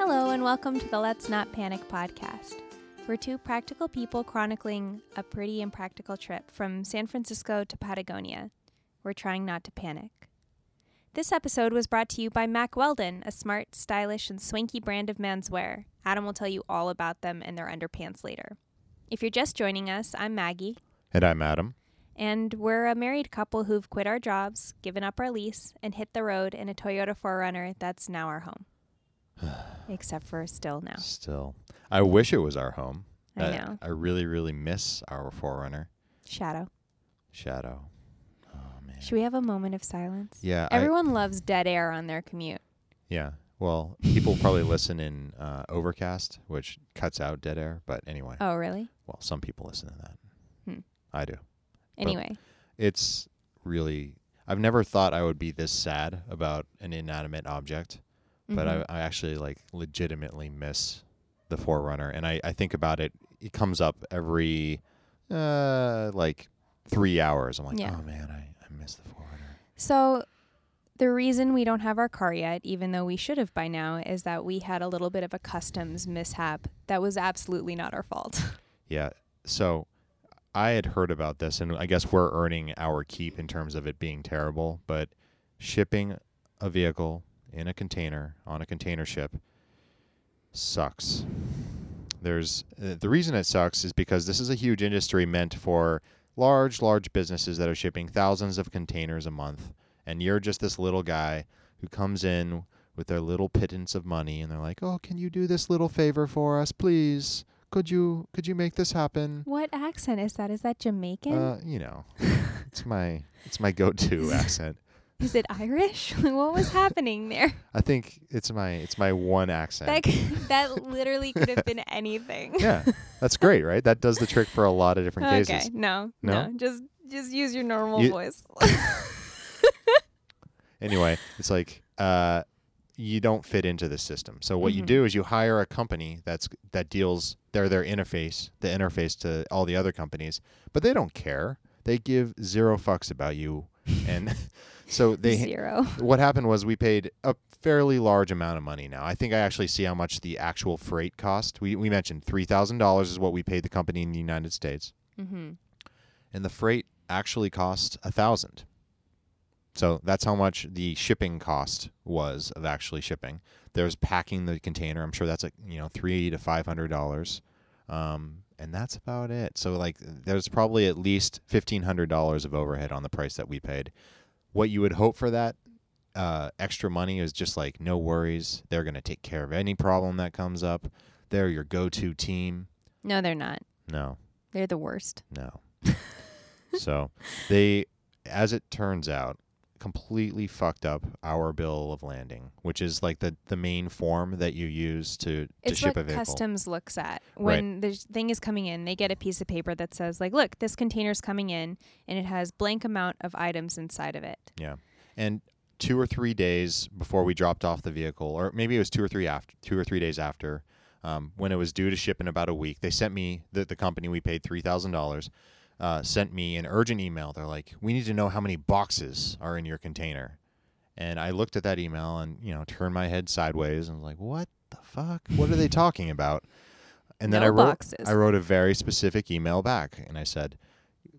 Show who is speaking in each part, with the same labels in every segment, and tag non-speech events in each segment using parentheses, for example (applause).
Speaker 1: and welcome to the Let's Not Panic podcast. We're two practical people chronicling a pretty impractical trip from San Francisco to Patagonia. We're trying not to panic. This episode was brought to you by Mac Weldon, a smart, stylish, and swanky brand of menswear. Adam will tell you all about them and their underpants later. If you're just joining us, I'm Maggie,
Speaker 2: And I'm Adam.
Speaker 1: and we're a married couple who've quit our jobs, given up our lease, and hit the road in a Toyota 4Runner that's now our
Speaker 2: (sighs)
Speaker 1: home. Except for still now.
Speaker 2: Still, I wish it was our home.
Speaker 1: I know.
Speaker 2: I really, really miss our forerunner
Speaker 1: Shadow.
Speaker 2: Shadow. Oh man.
Speaker 1: Should we have a moment of silence?
Speaker 2: Yeah. I-
Speaker 1: Everyone loves dead air on their commute.
Speaker 2: yeah. Well, people probably listen in uh, Overcast, which cuts out dead air. But anyway,
Speaker 1: Oh, really?
Speaker 2: well, some people listen to that.
Speaker 1: Hmm.
Speaker 2: I do.
Speaker 1: Anyway,
Speaker 2: It's really. I've never thought I would be this sad about an inanimate object, but
Speaker 1: Mm-hmm.
Speaker 2: I, I actually like legitimately miss the forerunner and I, I think about it it comes up every uh like three hours i'm like
Speaker 1: Yeah.
Speaker 2: oh man I, I miss the forerunner
Speaker 1: so the reason we don't have our car yet, even though we should have by now, is that we had a little bit of a customs mishap that was absolutely not our fault. (laughs)
Speaker 2: yeah so i had heard about this and i guess we're earning our keep in terms of it being terrible but shipping a vehicle in a container on a container ship sucks there's uh, the reason it sucks is because this is a huge industry meant for large large businesses that are shipping thousands of containers a month and you're just this little guy who comes in with their little pittance of money and they're like oh can you do this little favor for us please could you could you make this happen
Speaker 1: what accent is that? Is that Jamaican?
Speaker 2: uh,
Speaker 1: (laughs)
Speaker 2: you know it's my it's my go-to accent
Speaker 1: is it Irish? (laughs) what was happening there?
Speaker 2: i think it's my it's my one accent
Speaker 1: That c- (laughs) that literally could have been
Speaker 2: (laughs)
Speaker 1: anything.
Speaker 2: yeah that's great right that does the trick for a lot of different
Speaker 1: Okay,
Speaker 2: cases
Speaker 1: no, no,
Speaker 2: No?
Speaker 1: just just use your normal
Speaker 2: You-
Speaker 1: voice.
Speaker 2: anyway, it's like uh, you don't fit into the system. So what you
Speaker 1: Mhm.
Speaker 2: do is you hire a company that's that deals they're their interface, the interface to all the other companies, but they don't care. They give zero fucks about you, and (laughs) so (laughs) they
Speaker 1: (laughs) Zero.
Speaker 2: what happened was we paid a fairly large amount of money now. I think I actually see how much the actual freight cost. We, we mentioned $3,000 is what we paid the company in the United States.
Speaker 1: Mm-hmm.
Speaker 2: And the freight actually cost a 1000 So that's how much the shipping cost was of actually shipping. There's packing the container. I'm sure that's like, you know, three to $500. Um, and that's about it. So like there's probably at least $1,500 of overhead on the price that we paid. What you would hope for that uh, extra money is just like no worries. They're going to take care of any problem that comes up. They're your go-to team.
Speaker 1: No, they're not.
Speaker 2: No,
Speaker 1: They're the worst.
Speaker 2: no. (laughs) so they, as it turns out, completely fucked up our bill of landing, which is like the, the main form that you use to, to
Speaker 1: It's
Speaker 2: ship
Speaker 1: what
Speaker 2: a vehicle.
Speaker 1: customs looks at
Speaker 2: Right.
Speaker 1: when the thing is coming in. They get a piece of paper that says, like, look, this container's coming in, and it has blank amount of items inside of it.
Speaker 2: And two or three days before we dropped off the vehicle, or maybe it was two or three after, two or three days after, um, when it was due to ship in about a week, they sent me the, the company we paid three thousand dollars. Uh, sent me an urgent email. They're like, "We need to know how many boxes are in your container." And I looked at that email and you know turned my head sideways and was like, "What the fuck?
Speaker 1: (laughs)
Speaker 2: What are they talking about?" And then
Speaker 1: No
Speaker 2: I wrote,
Speaker 1: boxes.
Speaker 2: I wrote a very specific email back, and I said,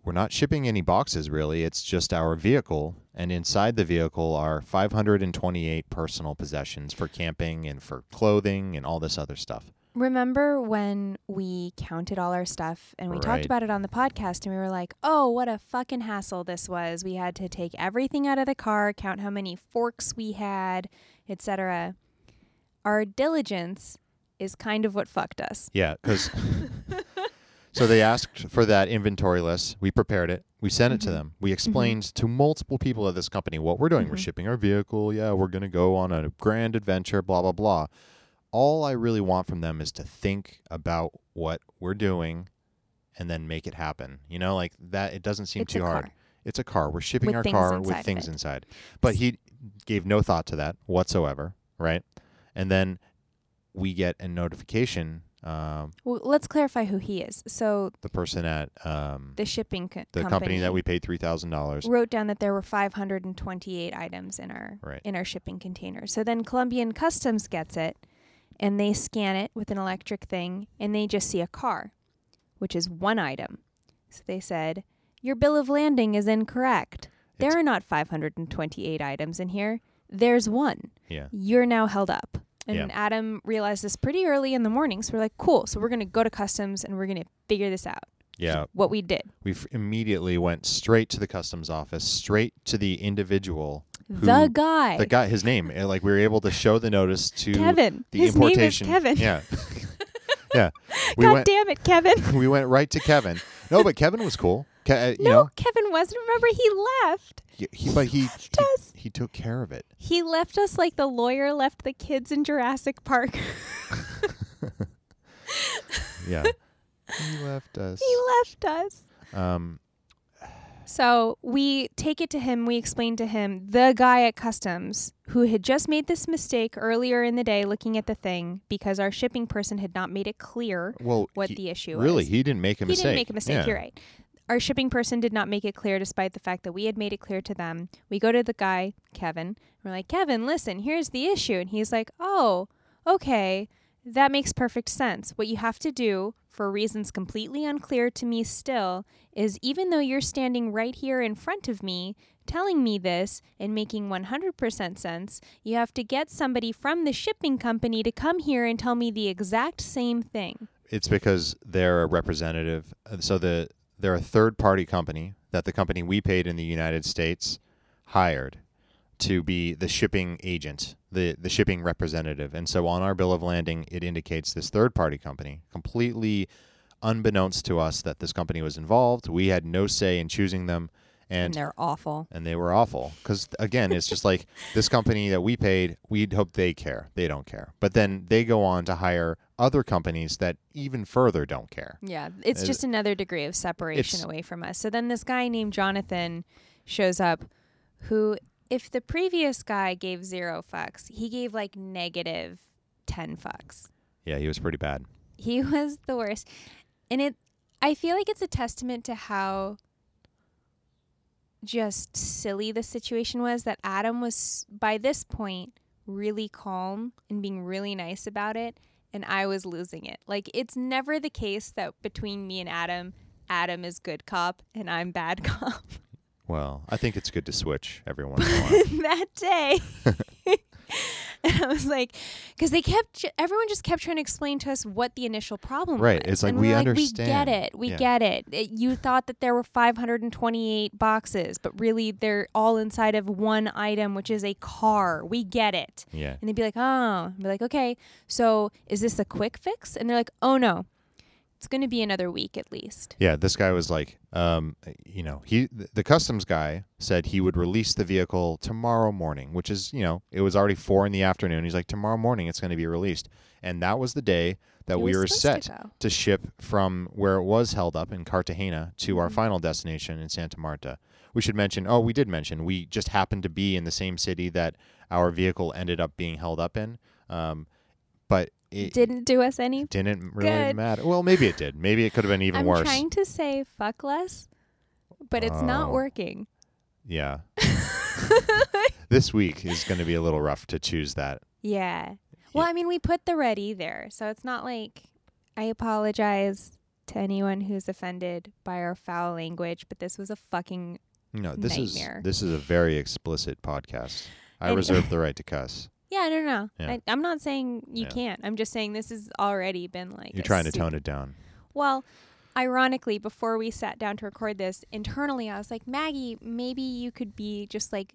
Speaker 2: "We're not shipping any boxes, really. It's just our vehicle, and inside the vehicle are 528 personal possessions for camping and for clothing and all this other stuff."
Speaker 1: Remember when we counted all our stuff and we talked
Speaker 2: Right.
Speaker 1: about it on the podcast, and we were like, oh, what a fucking hassle this was. We had to take everything out of the car, count how many forks we had, etc. Our diligence is kind of what fucked us.
Speaker 2: Yeah,
Speaker 1: (laughs)
Speaker 2: because so they asked for that inventory list. We prepared it. We sent it to
Speaker 1: Mm-hmm.
Speaker 2: them. We explained to multiple people at this company what we're doing. We're
Speaker 1: Mhm.
Speaker 2: shipping our vehicle. Yeah, we're going to go on a grand adventure. Blah blah blah. All I really want from them is to think about what we're doing, and then make it happen. You know, like that. It doesn't seem
Speaker 1: It's
Speaker 2: too
Speaker 1: a
Speaker 2: hard.
Speaker 1: car.
Speaker 2: It's a car. We're shipping
Speaker 1: With
Speaker 2: our
Speaker 1: things
Speaker 2: car
Speaker 1: inside
Speaker 2: with
Speaker 1: of
Speaker 2: things
Speaker 1: it.
Speaker 2: inside. But he gave no thought to that whatsoever. Right, and then we get a notification. Um,
Speaker 1: Well, let's clarify who he is. So
Speaker 2: the person at um, the,
Speaker 1: the shipping co-
Speaker 2: company. that we paid three thousand dollars.
Speaker 1: wrote down that there were 528 items in our
Speaker 2: Right.
Speaker 1: in our shipping container. So then Colombian Customs gets it and they scan it with an electric thing and they just see a car, which is one item. So they said, Your bill of landing is incorrect. There
Speaker 2: It's-
Speaker 1: are not 528 items in here. There's one.
Speaker 2: Yeah.
Speaker 1: You're now held up. And
Speaker 2: Yeah.
Speaker 1: Adam realized this pretty early in the morning. So we're like, Cool. So we're going to go to customs and we're going to figure this out.
Speaker 2: Yeah.
Speaker 1: What we did.
Speaker 2: We f- immediately went straight to the customs office, straight to the individual, Who-
Speaker 1: the guy,
Speaker 2: the guy, his name. and, Like we were able to show the notice to
Speaker 1: Kevin.
Speaker 2: the
Speaker 1: His name is
Speaker 2: importation.
Speaker 1: Kevin. (laughs)
Speaker 2: Yeah. yeah. We
Speaker 1: God
Speaker 2: went.
Speaker 1: damn it, Kevin.
Speaker 2: we went right to Kevin. No, but Kevin was cool. Ke- uh, (laughs) you
Speaker 1: no,
Speaker 2: know,
Speaker 1: Kevin wasn't. Remember, he left.
Speaker 2: he, he- but he,
Speaker 1: left us.
Speaker 2: he he took care of it.
Speaker 1: He left us like the lawyer left the kids in Jurassic Park. (laughs)
Speaker 2: Yeah. he left us.
Speaker 1: he left us.
Speaker 2: Um.
Speaker 1: So we take it to him. We explain to him the guy at customs who had just made this mistake earlier in the day looking at the thing because our shipping person had not made it clear
Speaker 2: Well,
Speaker 1: what
Speaker 2: he-
Speaker 1: the issue was.
Speaker 2: really he didn't make a
Speaker 1: he
Speaker 2: mistake.
Speaker 1: didn't make a mistake.
Speaker 2: Yeah.
Speaker 1: You're right. Our shipping person did not make it clear, despite the fact that we had made it clear to them. We go to the guy, Kevin. And we're like, Kevin, listen, here's the issue. And he's like, oh, okay, that makes perfect sense. What you have to do, for reasons completely unclear to me still, is even though you're standing right here in front of me, telling me this and making 100% sense, you have to get somebody from the shipping company to come here and tell me the exact same thing.
Speaker 2: It's because they're a representative. uh, So the they're a third party company that the company we paid in the United States hired to be the shipping agent, the the shipping representative. And so on our bill of landing, it indicates this third party company, completely unbeknownst to us that this company was involved. We had no say in choosing them,
Speaker 1: And
Speaker 2: and
Speaker 1: they're awful.
Speaker 2: and they were awful because again it's just like this company that we paid we'd hope they care they don't care but then they go on to hire other companies that even further don't care
Speaker 1: Yeah, it's
Speaker 2: Uh,
Speaker 1: just another degree of separation
Speaker 2: it's-
Speaker 1: away from us. So then this guy named Jonathan shows up, who, if the previous guy gave zero fucks, he gave like negative 10 fucks.
Speaker 2: yeah he was pretty bad
Speaker 1: He (laughs) was the worst. And it, I feel like it's a testament to how just silly the situation was that Adam was, by this point, really calm and being really nice about it. And I was losing it. Like, it's never the case that between me and Adam, Adam is good cop and I'm bad (laughs) cop.
Speaker 2: well i think it's good to switch every once (laughs) in a
Speaker 1: (laughs)
Speaker 2: while
Speaker 1: that day. and I was like, because they kept, everyone just kept trying to explain to us what the initial problem
Speaker 2: Right,
Speaker 1: was.
Speaker 2: it's like,
Speaker 1: And
Speaker 2: we
Speaker 1: we're We
Speaker 2: understand."
Speaker 1: get it. We
Speaker 2: Yeah.
Speaker 1: get it. It- You thought that there were 528 boxes, but really they're all inside of one item, which is a car. We get it.
Speaker 2: yeah
Speaker 1: And they'd be like, oh, I'd be like, okay, so is this a quick fix? And they're like, oh no, it's going to be another week at least.
Speaker 2: yeah this guy was like um you know he th- the customs guy said he would release the vehicle tomorrow morning which is you know it was already four in the afternoon he's like tomorrow morning it's going to be released and that was the day that
Speaker 1: It
Speaker 2: we
Speaker 1: was
Speaker 2: were
Speaker 1: supposed
Speaker 2: set
Speaker 1: to go.
Speaker 2: to ship from where it was held up in Cartagena to our
Speaker 1: Mm-hmm.
Speaker 2: final destination in Santa Marta. We should mention, oh, we did mention, we just happened to be in the same city that our vehicle ended up being held up in. Um, but it
Speaker 1: Didn't do us any
Speaker 2: didn't really
Speaker 1: good.
Speaker 2: matter. Well, maybe it did. Maybe it could have been even
Speaker 1: I'm
Speaker 2: worse.
Speaker 1: trying to say fuck less, but it's not
Speaker 2: Oh.
Speaker 1: working. (laughs)
Speaker 2: Yeah. this week is going to be a little rough to choose that.
Speaker 1: Yeah. Well, I mean, we put the ready there, so it's not like I apologize to anyone who's offended by our foul language, but this was a fucking
Speaker 2: No, this
Speaker 1: Nightmare.
Speaker 2: is this is a very explicit podcast. I
Speaker 1: And-
Speaker 2: reserve the right
Speaker 1: (laughs)
Speaker 2: to cuss.
Speaker 1: yeah, no, no, no.
Speaker 2: Yeah.
Speaker 1: I, I'm not saying you
Speaker 2: Yeah.
Speaker 1: can't. I'm just saying this has already been like
Speaker 2: You're
Speaker 1: a
Speaker 2: trying to
Speaker 1: super-
Speaker 2: tone it down.
Speaker 1: Well, ironically, before we sat down to record this, internally I was like, Maggie, maybe you could be just like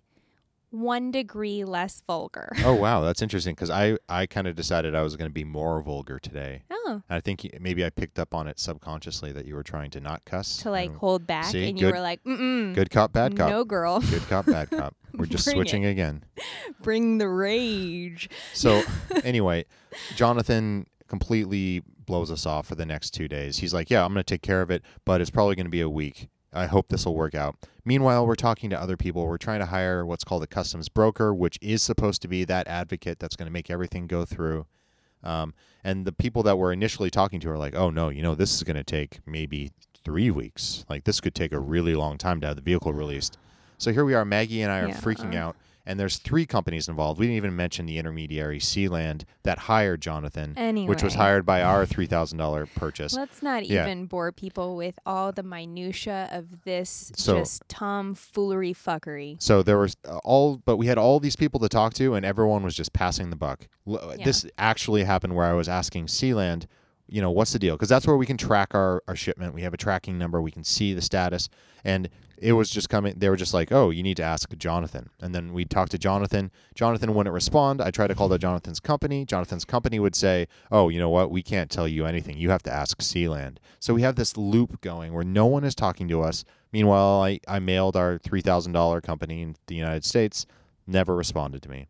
Speaker 1: one degree less vulgar.
Speaker 2: Oh wow, that's interesting because I I kind of decided I was going to be more vulgar today.
Speaker 1: oh.
Speaker 2: And I think y- maybe I picked up on it subconsciously that you were trying to not cuss.
Speaker 1: to like
Speaker 2: and
Speaker 1: hold back
Speaker 2: Mm. See,
Speaker 1: and you
Speaker 2: good-
Speaker 1: were like mm
Speaker 2: good cop, bad cop,
Speaker 1: no girl (laughs)
Speaker 2: good cop, bad cop. We're just
Speaker 1: Bring
Speaker 2: switching again.
Speaker 1: bring the rage (laughs)
Speaker 2: So anyway, Jonathan completely blows us off for the next two days. He's like, "Yeah, I'm going to take care of it, but it's probably going to be a week. I hope this will work out." Meanwhile, we're talking to other people. We're trying to hire what's called a customs broker, which is supposed to be that advocate that's going to make everything go through. Um, and the people that we're initially talking to are like, "Oh no, you know, this is going to take maybe three weeks. Like this could take a really long time to have the vehicle released." So here we are, Maggie and I are
Speaker 1: Yeah.
Speaker 2: freaking out, And there's three companies involved. We didn't even mention the intermediary Sealand that hired Jonathan,
Speaker 1: Anyway,
Speaker 2: which was hired by our three thousand dollar purchase.
Speaker 1: Let's not
Speaker 2: Yeah.
Speaker 1: even bore people with all the minutia of this
Speaker 2: So-
Speaker 1: just tomfoolery fuckery.
Speaker 2: So there was uh, all, but we had all these people to talk to, and everyone was just passing the buck. L- uh,
Speaker 1: Yeah.
Speaker 2: This actually happened where I was asking Sealand, you know, what's the deal? Because that's where we can track our, our shipment. We have a tracking number, we can see the status. And it was just coming, they were just like, oh, you need to ask Jonathan. And then we talked to Jonathan. Jonathan wouldn't respond. I tried to call to Jonathan's company. Jonathan's company would say, oh, you know what? We can't tell you anything. You have to ask Sealand. So we have this loop going where no one is talking to us. Meanwhile, I, I mailed our $3,000 company in the United States, never responded to me.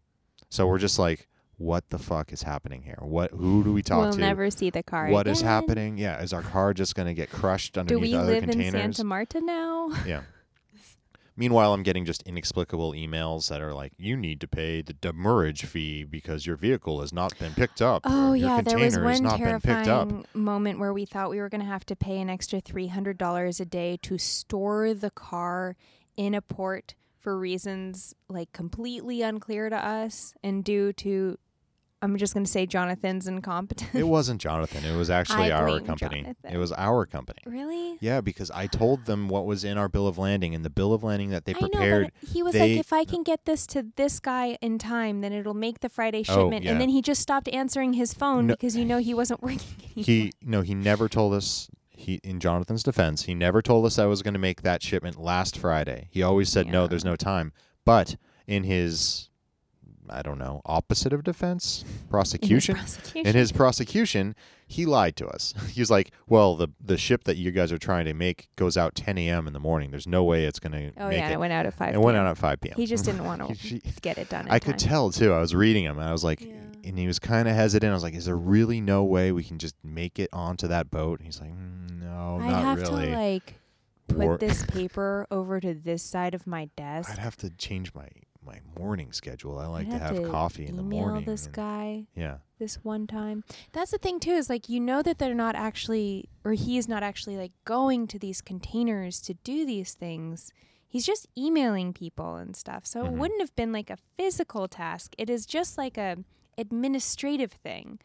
Speaker 2: So we're just like, what the fuck is happening here? What who do we talk
Speaker 1: we'll
Speaker 2: to?
Speaker 1: never see the car.
Speaker 2: What is
Speaker 1: again.
Speaker 2: happening? Yeah, is our car just going to get crushed
Speaker 1: Do
Speaker 2: underneath
Speaker 1: we
Speaker 2: other
Speaker 1: live in
Speaker 2: containers?
Speaker 1: Santa Marta now?
Speaker 2: yeah. Meanwhile, I'm getting just inexplicable emails that are like, "You need to pay the demurrage fee because your vehicle has not been picked up. or
Speaker 1: Oh
Speaker 2: your
Speaker 1: yeah, there
Speaker 2: container
Speaker 1: was
Speaker 2: has
Speaker 1: one
Speaker 2: not been picked up."
Speaker 1: terrifying moment where we thought we were going to have to pay an extra three hundred dollars a day to store the car in a port for reasons like completely unclear to us and due to, I'm just going to say Jonathan's incompetence.
Speaker 2: It wasn't Jonathan. It was
Speaker 1: (laughs)
Speaker 2: actually
Speaker 1: I
Speaker 2: our
Speaker 1: blame
Speaker 2: company.
Speaker 1: Jonathan.
Speaker 2: It was our company.
Speaker 1: (laughs) really?
Speaker 2: Yeah, because I told them what was in our bill of landing, and the bill of landing that they
Speaker 1: I
Speaker 2: prepared.
Speaker 1: know, but he was
Speaker 2: they-
Speaker 1: like, if I can get this to this guy in time, then it'll make the Friday
Speaker 2: Oh,
Speaker 1: shipment.
Speaker 2: yeah.
Speaker 1: And then he just stopped answering his phone
Speaker 2: No.
Speaker 1: because you know he wasn't working. anymore. (laughs)
Speaker 2: he no, he never told us. He in Jonathan's defense, he never told us I was going to make that shipment last Friday. He always said no,
Speaker 1: Yeah.
Speaker 2: there's no time. But in his, I don't know, opposite of defense,
Speaker 1: (laughs) In his
Speaker 2: prosecution,
Speaker 1: prosecution.
Speaker 2: in his prosecution, he lied to us. (laughs) He's like, well, the the ship that you guys are trying to make goes out 10 a.m. in the morning. There's no way it's going to
Speaker 1: oh
Speaker 2: make
Speaker 1: yeah,
Speaker 2: it.
Speaker 1: it went out at five.
Speaker 2: it went
Speaker 1: p.m.
Speaker 2: out at 5 p.m.
Speaker 1: He just
Speaker 2: (laughs)
Speaker 1: didn't want to
Speaker 2: She-
Speaker 1: get it done. In
Speaker 2: I could
Speaker 1: time.
Speaker 2: tell too. I was reading him, and I was like,
Speaker 1: Yeah.
Speaker 2: and he was kind of hesitant. I was like, "Is there really no way we can just make it onto that boat?" And he's like, "Mm, "No,
Speaker 1: I'd
Speaker 2: not
Speaker 1: have
Speaker 2: really."
Speaker 1: to like put
Speaker 2: Wor-
Speaker 1: this paper over to this side of my desk.
Speaker 2: (laughs) I'd have to change my my morning schedule. I like
Speaker 1: I'd
Speaker 2: to have coffee in
Speaker 1: email
Speaker 2: the morning.
Speaker 1: this
Speaker 2: and-
Speaker 1: guy
Speaker 2: Yeah,
Speaker 1: this one time. That's the thing too is like you know that they're not actually or he is not actually like going to these containers to do these things. He's just emailing people and stuff. So it
Speaker 2: Mhm.
Speaker 1: wouldn't have been like a physical task. It is just like a administrative thing.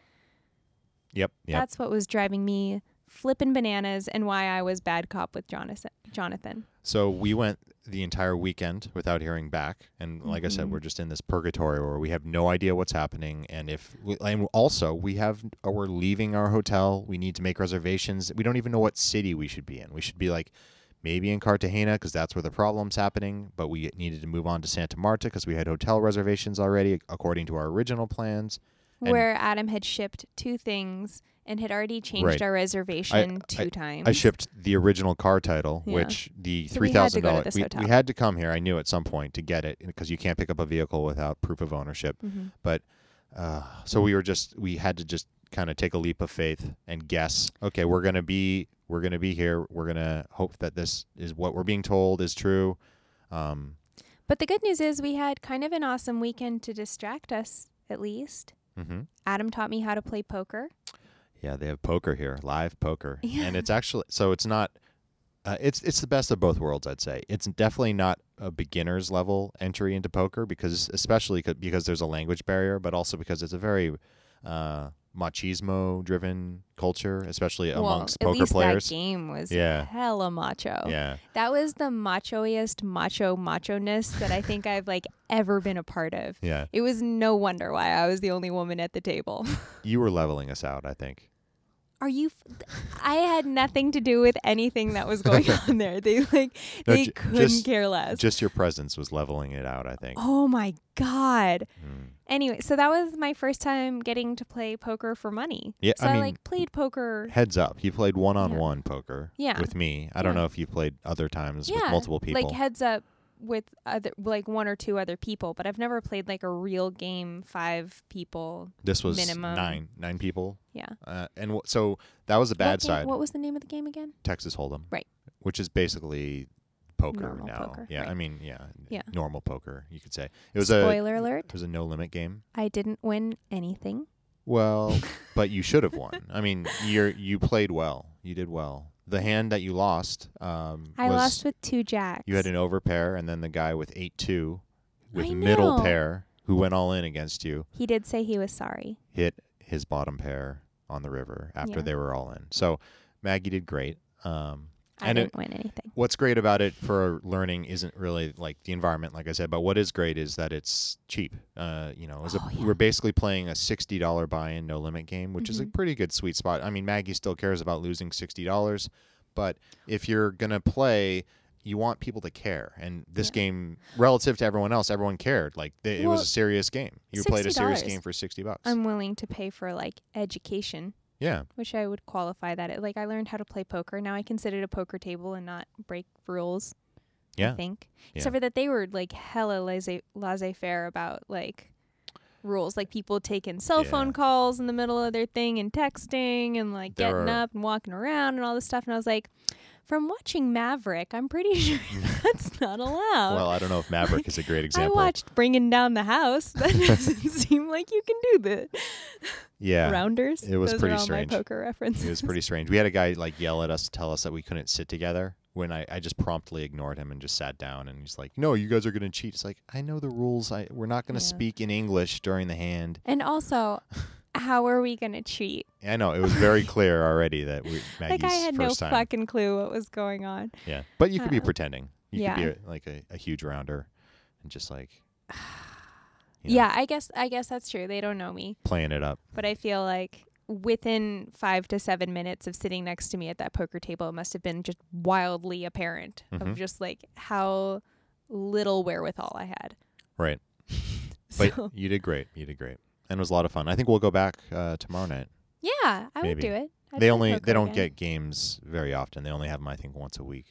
Speaker 2: yep, yep.
Speaker 1: That's what was driving me flipping bananas and why I was bad cop with Jonathan. Jonathan.
Speaker 2: So we went the entire weekend without hearing back, and like I said,
Speaker 1: Mhm.
Speaker 2: we're just in this purgatory where we have no idea what's happening, and if we- and also we have uh, we're leaving our hotel, we need to make reservations. We don't even know what city we should be in. We should be like maybe in Cartagena because that's where the problem's happening, but we needed to move on to Santa Marta because we had hotel reservations already according to our original plans. And-
Speaker 1: where Adam had shipped two things and had already changed
Speaker 2: Right.
Speaker 1: our reservation two times.
Speaker 2: I shipped the original car title,
Speaker 1: Yeah.
Speaker 2: which the
Speaker 1: So we
Speaker 2: three
Speaker 1: had to
Speaker 2: thousand
Speaker 1: go to
Speaker 2: dollars.
Speaker 1: this
Speaker 2: We,
Speaker 1: hotel.
Speaker 2: we had to come here. I knew at some point to get it because you can't pick up a vehicle without proof of ownership.
Speaker 1: Mhm.
Speaker 2: But uh, so we were just we had to just kind of take a leap of faith and guess. Okay, we're gonna be we're gonna be here. We're gonna hope that this is what we're being told is true. Um,
Speaker 1: But the good news is we had kind of an awesome weekend to distract us, at least.
Speaker 2: mhm.
Speaker 1: Adam taught me how to play poker.
Speaker 2: Yeah, they have poker here, live poker, and
Speaker 1: Yeah.
Speaker 2: it's actually so it's not. Uh, it's it's the best of both worlds, I'd say. It's definitely not a beginner's level entry into poker because, especially c- because there's a language barrier, but also because it's a very uh, machismo-driven culture, especially amongst
Speaker 1: well, at
Speaker 2: poker
Speaker 1: least
Speaker 2: players.
Speaker 1: that game oh. was
Speaker 2: Yeah.
Speaker 1: hella macho.
Speaker 2: Yeah,
Speaker 1: That was the machoiest macho macho-ness that I think I've like ever been a part of.
Speaker 2: yeah.
Speaker 1: It was no wonder why I was the only woman at the table.
Speaker 2: You were leveling us out, I think.
Speaker 1: Are you? F- I had nothing to do with anything that was
Speaker 2: (laughs)
Speaker 1: going on there. They like
Speaker 2: No,
Speaker 1: they
Speaker 2: ju-
Speaker 1: couldn't
Speaker 2: just-
Speaker 1: care less.
Speaker 2: Just your presence was leveling it out, I think.
Speaker 1: oh my god.
Speaker 2: Mm.
Speaker 1: Anyway, so that was my first time getting to play poker for money.
Speaker 2: Yeah,
Speaker 1: so
Speaker 2: I
Speaker 1: I,
Speaker 2: mean-
Speaker 1: like played poker.
Speaker 2: Heads up, he played one-on-one poker
Speaker 1: Yeah.
Speaker 2: with me. I don't
Speaker 1: Yeah.
Speaker 2: know if you played other times
Speaker 1: Yeah,
Speaker 2: with multiple people.
Speaker 1: Like heads up with other like one or two other people, but I've never played like a real game five people.
Speaker 2: This was
Speaker 1: minimum.
Speaker 2: nine nine people,
Speaker 1: Yeah.
Speaker 2: uh, and w- so that was the bad
Speaker 1: what game-
Speaker 2: side.
Speaker 1: What was the name of the game again?
Speaker 2: Texas Hold'em,
Speaker 1: Right.
Speaker 2: Which is basically poker
Speaker 1: Normal
Speaker 2: now.
Speaker 1: poker,
Speaker 2: yeah,
Speaker 1: right.
Speaker 2: I mean, yeah,
Speaker 1: Yeah.
Speaker 2: normal poker. You could say it was a
Speaker 1: Spoiler alert.
Speaker 2: it was a no limit game.
Speaker 1: I didn't win anything. (laughs)
Speaker 2: Well, but you should have won. I mean, you you played well. You did well. The hand that you lost, um,
Speaker 1: I
Speaker 2: was
Speaker 1: lost with two jacks.
Speaker 2: you had an overpair, and then the guy with eight two with
Speaker 1: I
Speaker 2: middle
Speaker 1: know.
Speaker 2: pair who went all in against you
Speaker 1: He did say he was sorry.
Speaker 2: hit his bottom pair on the river after
Speaker 1: Yeah.
Speaker 2: they were all in. So Maggie did great. Um,
Speaker 1: I
Speaker 2: And it-
Speaker 1: didn't win anything.
Speaker 2: what's great about it for learning isn't really like the environment, like I said, but what is great is that it's cheap. Uh, you know, as
Speaker 1: Oh,
Speaker 2: a,
Speaker 1: yeah.
Speaker 2: we're basically playing a sixty dollar buy-in no limit game, which is a
Speaker 1: Mhm.
Speaker 2: pretty good sweet spot. I mean, Maggie still cares about losing sixty dollars, but if you're gonna play. You want people to care, and this
Speaker 1: Yeah.
Speaker 2: game, relative to everyone else, everyone cared. Like they, it was
Speaker 1: Well,
Speaker 2: a serious game. You played a serious
Speaker 1: $60.
Speaker 2: game for sixty bucks.
Speaker 1: I'm willing to pay for like education,
Speaker 2: yeah,
Speaker 1: which I would qualify that. at- Like I learned how to play poker. Now I can sit at a poker table and not break rules. I
Speaker 2: Yeah.
Speaker 1: think.
Speaker 2: Yeah.
Speaker 1: Except for that they were like hella laissez laissez faire about like rules. Like people taking cell
Speaker 2: Yeah.
Speaker 1: phone calls in the middle of their thing and texting and like
Speaker 2: There
Speaker 1: getting
Speaker 2: are-
Speaker 1: up and walking around and all this stuff. And I was like, from watching Maverick, I'm pretty (laughs) sure that's not allowed.
Speaker 2: Well, I don't know if Maverick is a great
Speaker 1: Um, (laughs) I
Speaker 2: example.
Speaker 1: watched Bringing Down the House. (laughs) That doesn't seem like you can do that.
Speaker 2: yeah.
Speaker 1: Rounders.
Speaker 2: it was
Speaker 1: Those
Speaker 2: pretty
Speaker 1: are all
Speaker 2: strange.
Speaker 1: my poker references.
Speaker 2: It was pretty strange. We had a guy like yell at us to tell us that we couldn't sit together when I, I just promptly ignored him and just sat down and he's like, No, you guys are gonna cheat. It's like, I know the rules. I we're not gonna
Speaker 1: Yeah.
Speaker 2: speak in English during the hand.
Speaker 1: (laughs) and also, how are we going to cheat?
Speaker 2: I know, it was very clear already that we Maggie's
Speaker 1: (laughs) like I had no
Speaker 2: first time.
Speaker 1: fucking clue what was going on.
Speaker 2: Yeah. But you could be
Speaker 1: Uh,
Speaker 2: pretending. You
Speaker 1: yeah.
Speaker 2: could be a, like a, a huge rounder and just like you know,
Speaker 1: Yeah, I guess I guess that's true. They don't know me,
Speaker 2: playing
Speaker 1: (laughs)
Speaker 2: it up.
Speaker 1: but I feel like within 5 to 7 minutes of sitting next to me at that poker table it must have been just wildly apparent
Speaker 2: Mhm.
Speaker 1: of just like how little wherewithal I had. (laughs)
Speaker 2: Right. But
Speaker 1: So,
Speaker 2: you did great. You did great. And it was a lot of fun. I think we'll go back uh, tomorrow night.
Speaker 1: yeah, I
Speaker 2: maybe.
Speaker 1: would do it. I'd
Speaker 2: they
Speaker 1: play
Speaker 2: only
Speaker 1: poker
Speaker 2: they don't
Speaker 1: again.
Speaker 2: get games very often. They only have them I think once a week.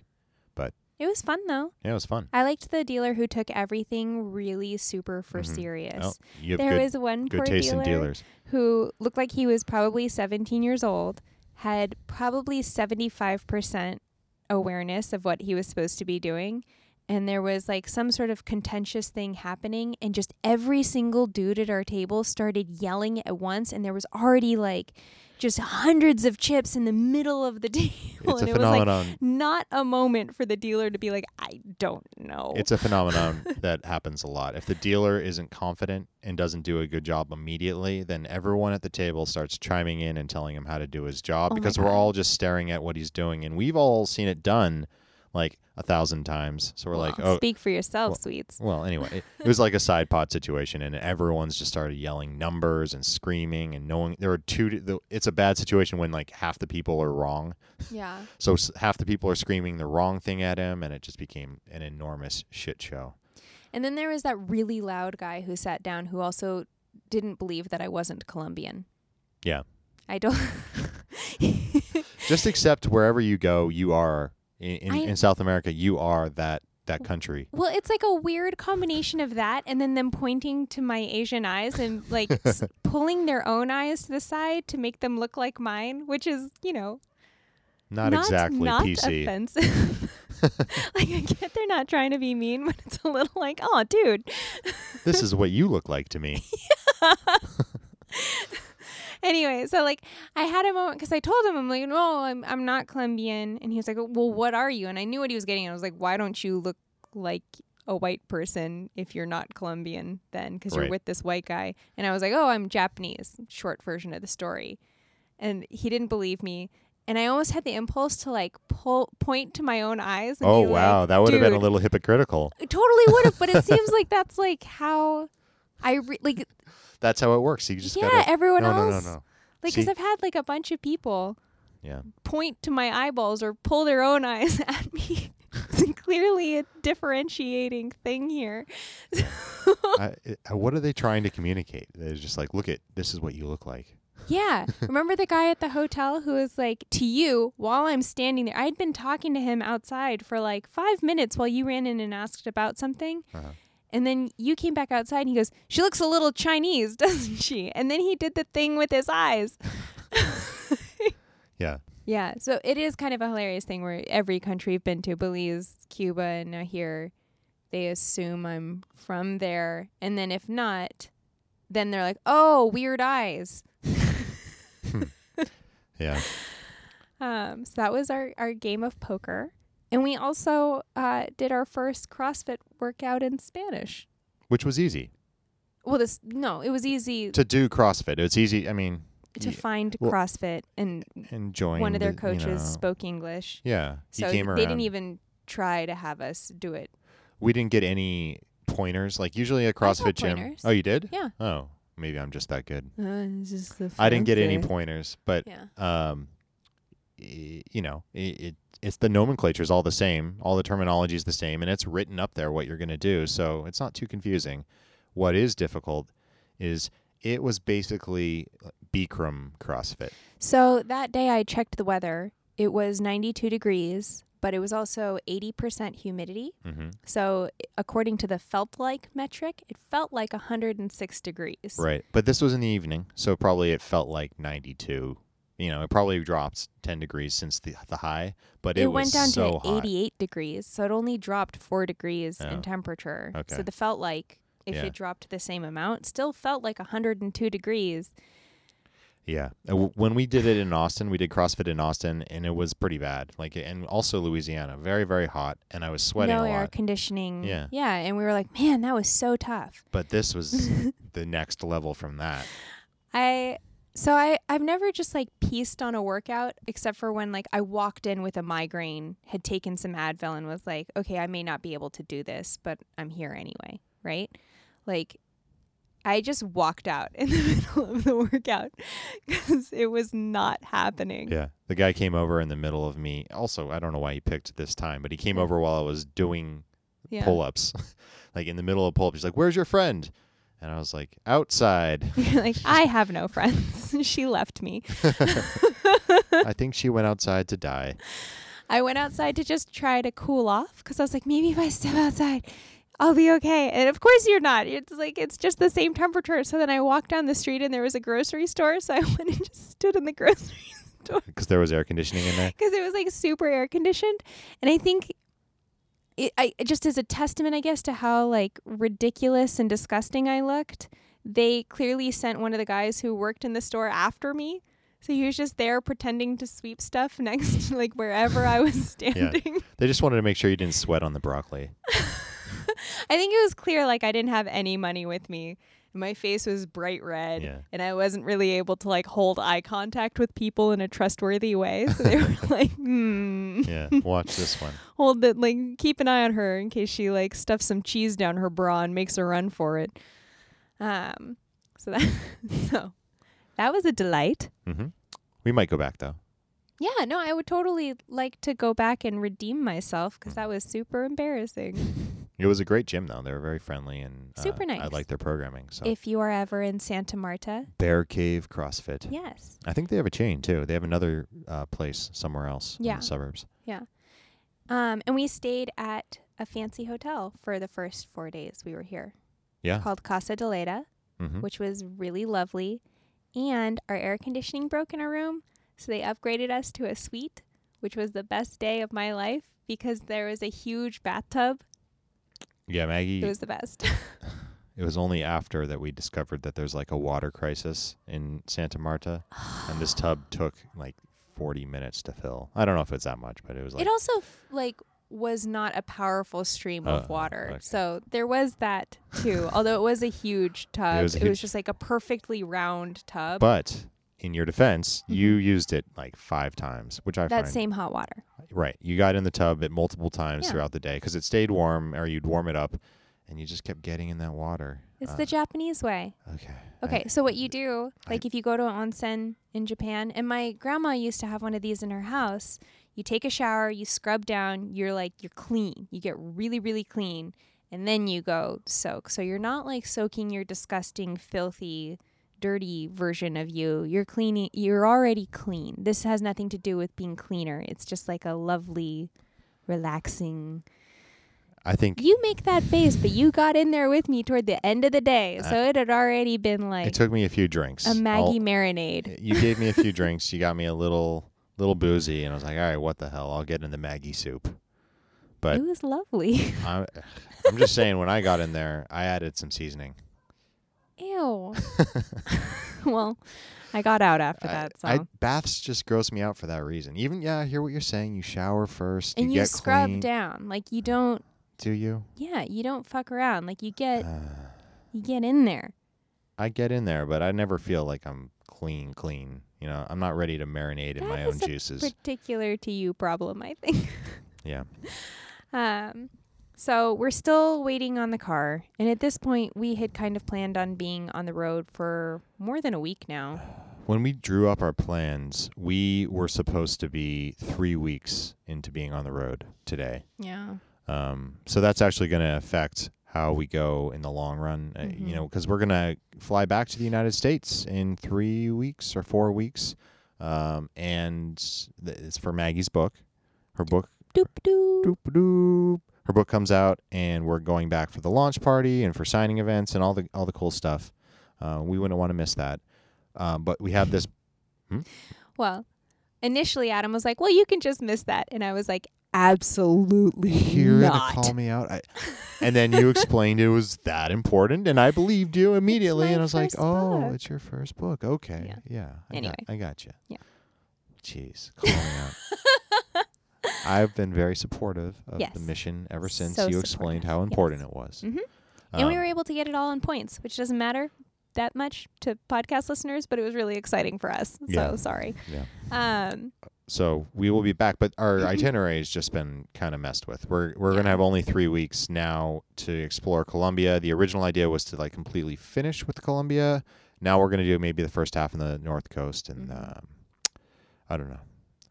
Speaker 1: It was fun though.
Speaker 2: Yeah, it was fun.
Speaker 1: I liked the dealer who took everything really super for
Speaker 2: Mhm.
Speaker 1: serious.
Speaker 2: Oh, you have
Speaker 1: there
Speaker 2: good,
Speaker 1: was one
Speaker 2: good
Speaker 1: poor
Speaker 2: taste
Speaker 1: dealer
Speaker 2: in dealers.
Speaker 1: (laughs) who looked like he was probably 17 years old, had probably 75% awareness of what he was supposed to be doing. And there was like some sort of contentious thing happening, and just every single dude at our table started yelling at once. And there was already like just hundreds of chips in the middle of the (laughs) table.
Speaker 2: It's a
Speaker 1: and it was like
Speaker 2: phenomenon.
Speaker 1: (laughs) not a moment for the dealer to be like, I don't know.
Speaker 2: it's a phenomenon
Speaker 1: (laughs)
Speaker 2: that happens a lot. If the dealer isn't confident and doesn't do a good job immediately, then everyone at the table starts chiming in and telling him how to do his job
Speaker 1: Oh my
Speaker 2: because we're
Speaker 1: God.
Speaker 2: all just staring at what he's doing and we've all seen it done like a thousand times. So we're like,
Speaker 1: Well,
Speaker 2: "Oh,
Speaker 1: speak for yourself,
Speaker 2: well, (laughs)
Speaker 1: sweets.
Speaker 2: Well, anyway, it, it was like a side pod situation, and everyone's just started yelling numbers and screaming and knowing there are two. The, it's a bad situation when like half the people are wrong.
Speaker 1: Yeah.
Speaker 2: So s- half the people are screaming the wrong thing at him, and it just became an enormous shit show.
Speaker 1: And then there was that really loud guy who sat down who also didn't believe that I wasn't Colombian.
Speaker 2: Yeah.
Speaker 1: I don't. (laughs)
Speaker 2: Just accept wherever you go, you are in, in,
Speaker 1: I-
Speaker 2: in South America. You are that that country.
Speaker 1: well, it's like a weird combination of that and then them pointing to my Asian eyes and
Speaker 2: (laughs)
Speaker 1: like s- pulling their own eyes to the side to make them look like mine, which is, you know,
Speaker 2: Not, exactly
Speaker 1: not
Speaker 2: PC.
Speaker 1: offensive. (laughs) like, I get they're not trying to be mean, (laughs) but it's a little like, oh, dude.
Speaker 2: (laughs) This is what you look like to me.
Speaker 1: (laughs) anyway, so like I had a moment because I told him I'm like, no, I'm I'm not Colombian, and he was like, well, what are you? And I knew what he was getting. at. I was like, why don't you look like a white person if you're not Colombian then because
Speaker 2: Right.
Speaker 1: you're with this white guy? And I was like, oh, I'm Japanese. Short version of the story, and he didn't believe me. And I almost had the impulse to like pull point to my own eyes. And
Speaker 2: Oh
Speaker 1: be like,
Speaker 2: wow, that would have been a
Speaker 1: "Dude,
Speaker 2: little hypocritical.
Speaker 1: I totally would have, but it seems like that's like how I re- like.
Speaker 2: That's how it works. You just
Speaker 1: yeah,
Speaker 2: gotta.
Speaker 1: everyone
Speaker 2: no, no,
Speaker 1: else.
Speaker 2: no, no.
Speaker 1: Like, because
Speaker 2: See?
Speaker 1: I've had like a bunch of people
Speaker 2: Yeah.
Speaker 1: point to my eyeballs or pull their own (laughs) eyes at me. it's clearly a differentiating thing here.
Speaker 2: I, I, what are they trying to communicate? They're just like, look at this is what you look like. (laughs)
Speaker 1: Yeah. Remember the guy at the hotel who was like, to you, while I'm standing there, I'd been talking to him outside for like five minutes while you ran in and asked about something.
Speaker 2: Uh-huh.
Speaker 1: And then you came back outside and he goes, She looks a little Chinese, (laughs) doesn't she? And then he did the thing with his eyes.
Speaker 2: Yeah,
Speaker 1: Yeah, so it is kind of a hilarious thing where every country we've been to, Belize, Cuba, and now here, they assume I'm from there, and then if not, then they're like, "Oh, weird eyes."
Speaker 2: yeah.
Speaker 1: Um, so that was our our game of poker, and we also uh, did our first CrossFit workout in Spanish.
Speaker 2: which was easy
Speaker 1: Well, this no, it was easy
Speaker 2: to do CrossFit. It's easy. I mean,
Speaker 1: to
Speaker 2: yeah,
Speaker 1: find
Speaker 2: well,
Speaker 1: CrossFit, and
Speaker 2: and join
Speaker 1: one of their
Speaker 2: the- you
Speaker 1: coaches
Speaker 2: know.
Speaker 1: spoke English,
Speaker 2: Yeah,
Speaker 1: so
Speaker 2: he came around.
Speaker 1: they didn't even try to have us do it.
Speaker 2: we didn't get any pointers. Like usually at
Speaker 1: got
Speaker 2: CrossFit gym.
Speaker 1: pointers.
Speaker 2: Oh, you did?
Speaker 1: Yeah.
Speaker 2: Oh, maybe I'm just that good.
Speaker 1: Uh, this is the
Speaker 2: I didn't get any
Speaker 1: fanfare.
Speaker 2: pointers, but
Speaker 1: Yeah,
Speaker 2: um, i- you know, i it it's the nomenclature is all the same, all the terminology is the same, and it's written up there what you're going to do, so it's not too confusing. What is difficult is it was basically uh, Bikram CrossFit.
Speaker 1: so that day I checked the weather. It was 92 degrees, but it was also 80% humidity.
Speaker 2: hmm
Speaker 1: So, i- according to the felt like metric, it felt like 106 degrees.
Speaker 2: Right. But this was in the evening, so probably it felt like 92. You know, it probably dropped 10 degrees since the the high, but
Speaker 1: It,
Speaker 2: it,
Speaker 1: went
Speaker 2: was
Speaker 1: down
Speaker 2: so
Speaker 1: to
Speaker 2: hot.
Speaker 1: 88 degrees, so it only dropped four degrees
Speaker 2: Oh.
Speaker 1: in temperature. So
Speaker 2: Okay.
Speaker 1: the felt like, if
Speaker 2: Yeah.
Speaker 1: it dropped the same amount, still felt like 102 degrees.
Speaker 2: Yeah. Uh, w- When we did it in Austin, we did CrossFit in Austin and it was pretty bad. Like and also Louisiana, very very hot and I was sweating
Speaker 1: no
Speaker 2: a
Speaker 1: air
Speaker 2: lot.
Speaker 1: conditioning.
Speaker 2: Yeah.
Speaker 1: Yeah. And we were like, man, that was so tough.
Speaker 2: But
Speaker 1: (laughs)
Speaker 2: this was the next level from that.
Speaker 1: I. So I, I've never just like pieced on a workout except for when like I walked in with a migraine, had taken some Advil and was like, okay, I may not be able to do this, but I'm here anyway, right? Like I just walked out (laughs) in the middle of the workout (laughs) because it was not happening.
Speaker 2: Yeah. The guy came over in the middle of me. Also, I don't know why he picked this time, but he came over while I was doing
Speaker 1: Yeah.
Speaker 2: pull-ups. (laughs) like in the middle of pull-ups, he's like, "Where's your friend?" And I was like, "Outside."
Speaker 1: You're (laughs) like, I have no friends. (laughs) she left me.
Speaker 2: I think she went outside to die.
Speaker 1: I went outside to just try to cool off because I was like, maybe if I step outside, I'll be okay. And of course, you're not. It's like, it's just the same temperature. So then I walked down the street and there was a grocery store. So (laughs) I went and just stood in the grocery
Speaker 2: Because there was air conditioning in there.
Speaker 1: because it was like super air conditioned. And I think. It, I it just as a testament, I guess, to how like ridiculous and disgusting I looked. They clearly sent one of the guys who worked in the store after me, so he was just there pretending to sweep stuff (laughs) next, to, like wherever I was standing.
Speaker 2: They just wanted to make sure you didn't sweat on the
Speaker 1: (laughs)
Speaker 2: broccoli.
Speaker 1: I think it was clear like I didn't have any money with me. My face was bright red,
Speaker 2: Yeah.
Speaker 1: and I wasn't really able to like hold eye contact with people in a trustworthy way. So they were (laughs) like, "Hmm,
Speaker 2: Yeah. Watch this one.
Speaker 1: hold that, like keep an eye on her in case she like stuffs some cheese down her bra and makes a run for it." Um, so that (laughs) so that was a delight.
Speaker 2: hmm We might go back though.
Speaker 1: Yeah, no, I would totally like to go back and redeem myself because that was super embarrassing.
Speaker 2: It was a great gym though. They were very friendly and uh,
Speaker 1: Super
Speaker 2: I
Speaker 1: nice.
Speaker 2: like their programming. So
Speaker 1: If you are ever in Santa Marta,
Speaker 2: Bear Cave CrossFit.
Speaker 1: yes.
Speaker 2: I think they have a chain too. They have another uh, place somewhere else in
Speaker 1: Yeah.
Speaker 2: the suburbs.
Speaker 1: Um, and we stayed at a fancy hotel for the first four days we were here
Speaker 2: Yeah.
Speaker 1: called Casa de Leda,
Speaker 2: hmm
Speaker 1: which was really lovely. And our air conditioning broke in our room, so they upgraded us to a suite, which was the best day of my life because there was a huge bathtub.
Speaker 2: Yeah, Maggie.
Speaker 1: It was the
Speaker 2: (laughs)
Speaker 1: best.
Speaker 2: It was only after that we discovered that there's like a water crisis in Santa Marta, and this
Speaker 1: (gasps)
Speaker 2: tub took like 40 minutes to fill. I don't know if it's that much, but it was like
Speaker 1: it also like was not a powerful stream of
Speaker 2: Oh,
Speaker 1: water.
Speaker 2: okay.
Speaker 1: So there was that too. Although it was a
Speaker 2: (laughs)
Speaker 1: huge tub. It
Speaker 2: was
Speaker 1: was,
Speaker 2: a huge-
Speaker 1: just like a perfectly round tub.
Speaker 2: But in your defense, you
Speaker 1: Mm-hmm.
Speaker 2: used it like five times, which I
Speaker 1: that
Speaker 2: find
Speaker 1: same hot water.
Speaker 2: right. You got in the tub at multiple times
Speaker 1: Yeah.
Speaker 2: throughout the day because it stayed warm, or you'd warm it up, and you just kept getting in that water.
Speaker 1: It's
Speaker 2: Uh,
Speaker 1: the Japanese way.
Speaker 2: okay. I-
Speaker 1: Okay, so what you do,
Speaker 2: I-
Speaker 1: like if you go to an onsen in Japan, and my grandma used to have one of these in her house, you take a shower, you scrub down, you're like, you're clean. You get really, really clean, and then you go soak. So you're not like soaking your disgusting, filthy, dirty version of you. You're cleaning, you're already clean. This has nothing to do with being cleaner. It's just like a lovely, relaxing.
Speaker 2: I think
Speaker 1: You make that face, but you got in there with me toward the end of the day. So it had already been like
Speaker 2: it took me a few drinks.
Speaker 1: a
Speaker 2: I'll-
Speaker 1: Maggie marinade.
Speaker 2: you gave me
Speaker 1: (laughs)
Speaker 2: a few drinks. You got me a little little boozy, and I was like, all right, what the hell? I'll get in the Maggie soup. But
Speaker 1: It was lovely. (laughs)
Speaker 2: I'm, (sighs) I'm just saying, when I got in there, I added some seasoning. (laughs)
Speaker 1: Ew. (laughs) well, I got out after that, so.
Speaker 2: I, I, baths just gross me out for that reason. Even yeah, I hear what you're saying. You shower first,
Speaker 1: and
Speaker 2: you,
Speaker 1: you
Speaker 2: get
Speaker 1: scrub
Speaker 2: clean.
Speaker 1: down. Like you don't
Speaker 2: Do you?
Speaker 1: Yeah, you don't fuck around. Like you get
Speaker 2: Uh,
Speaker 1: you get in there.
Speaker 2: I get in there, but I never feel like I'm clean, clean. You know, I'm not ready to marinate in
Speaker 1: That
Speaker 2: my
Speaker 1: is
Speaker 2: own
Speaker 1: a
Speaker 2: juices.
Speaker 1: Particular to you problem, I think. (laughs)
Speaker 2: yeah.
Speaker 1: Um, so we're still waiting on the car, and at this point, we had kind of planned on being on the road for more than a week now.
Speaker 2: (sighs) When we drew up our plans, we were supposed to be three weeks into being on the road today.
Speaker 1: Yeah.
Speaker 2: Um, so that's actually going to affect how we go in the long run, uh, you
Speaker 1: Mhm.
Speaker 2: know, because we're going to fly back to the United States in three weeks or four weeks. Um, and th- it's for Maggie's book. Her book,
Speaker 1: Doop doop.
Speaker 2: doop, doop. her book comes out, and we're going back for the launch party and for signing events and all the all the cool stuff. Uh, we wouldn't want to miss that. Um, but we have this.
Speaker 1: Well, initially Adam was like, "Well, you can just miss that," and I was like, "Absolutely
Speaker 2: You're going to
Speaker 1: not."
Speaker 2: call me out. I, and then you explained it was that important and i believed you immediately
Speaker 1: my
Speaker 2: and i was like
Speaker 1: first
Speaker 2: oh
Speaker 1: book."
Speaker 2: it's your first book okay
Speaker 1: Yeah.
Speaker 2: yeah, I
Speaker 1: Anyway.
Speaker 2: got, i got you
Speaker 1: Yeah.
Speaker 2: jeez call me
Speaker 1: (laughs)
Speaker 2: out i've been very supportive of
Speaker 1: Yes.
Speaker 2: the mission ever
Speaker 1: So
Speaker 2: since you explained
Speaker 1: supportive,
Speaker 2: how
Speaker 1: yes.
Speaker 2: important it was
Speaker 1: Mhm.
Speaker 2: Um,
Speaker 1: and we were able to get it all in points, which doesn't matter that much to podcast listeners, but it was really exciting for us.
Speaker 2: Yeah.
Speaker 1: So sorry.
Speaker 2: Yeah.
Speaker 1: Um,
Speaker 2: so we will be back but our itinerary has just been kind of messed with we're, we're
Speaker 1: Mm-hmm.
Speaker 2: going
Speaker 1: Yeah.
Speaker 2: to have only three weeks now to explore colombia the original idea was to like completely finish with colombia now we're going to do maybe the first half in the north coast and
Speaker 1: Mhm.
Speaker 2: um, i don't know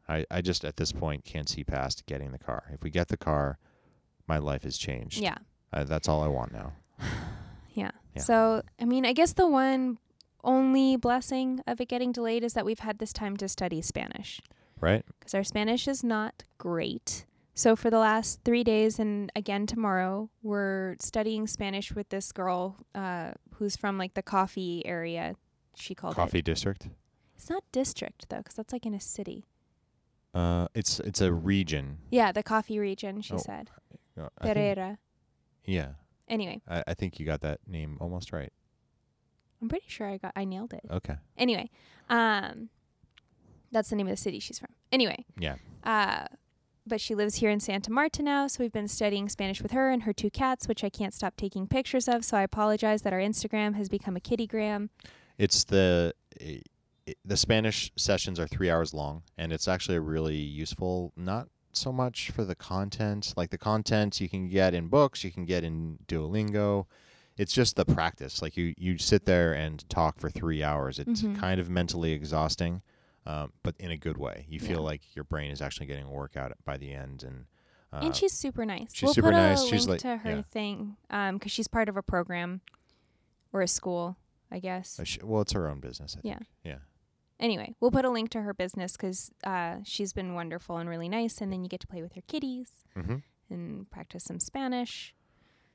Speaker 2: I, I just at this point can't see past getting the car if we get the car my life has changed
Speaker 1: yeah.
Speaker 2: I, that's all i want now
Speaker 1: (sighs) Yeah.
Speaker 2: Yeah.
Speaker 1: So, I mean, I guess the one only blessing of it getting delayed is that we've had this time to study Spanish
Speaker 2: right
Speaker 1: because our Spanish is not great. So, for the last three days and again tomorrow, we're studying Spanish with this girl uh, who's from like the coffee area. She called
Speaker 2: coffee
Speaker 1: it.
Speaker 2: district
Speaker 1: It's not district though, because that's like in a city.
Speaker 2: uh, it's it's a region
Speaker 1: Yeah, the coffee region. She
Speaker 2: Oh,
Speaker 1: said
Speaker 2: Uh, I think,
Speaker 1: Pereira.
Speaker 2: yeah
Speaker 1: Anyway,
Speaker 2: I, I think you got that name almost right
Speaker 1: I'm pretty sure I got I nailed it.
Speaker 2: okay
Speaker 1: Anyway, um, that's the name of the city she's from. Anyway.
Speaker 2: Yeah.
Speaker 1: Uh, but she lives here in Santa Marta now, so we've been studying Spanish with her and her two cats, which I can't stop taking pictures of. So I apologize that our Instagram has become a kittygram.
Speaker 2: It's the i- i- the Spanish sessions are three hours long, and it's actually really useful. Not so much for the content, like the content you can get in books, you can get in Duolingo. It's just the practice. Like you, you sit there and talk for three hours. It's
Speaker 1: Mhm.
Speaker 2: kind of mentally exhausting, um, but in a good way. You
Speaker 1: Yeah.
Speaker 2: feel like your brain is actually getting a workout by the end, and uh,
Speaker 1: and she's super nice.
Speaker 2: she's
Speaker 1: we'll
Speaker 2: super
Speaker 1: put
Speaker 2: nice.
Speaker 1: a
Speaker 2: She's
Speaker 1: link
Speaker 2: like-
Speaker 1: to her
Speaker 2: yeah.
Speaker 1: thing because she's part of a program or a school, I guess.
Speaker 2: uh, she- well, it's her own business. I
Speaker 1: Yeah.
Speaker 2: think. yeah.
Speaker 1: Anyway, we'll put a link to her business because uh, she's been wonderful and really nice. And then you get to play with your kitties.
Speaker 2: Mm-hmm.
Speaker 1: and practice some Spanish.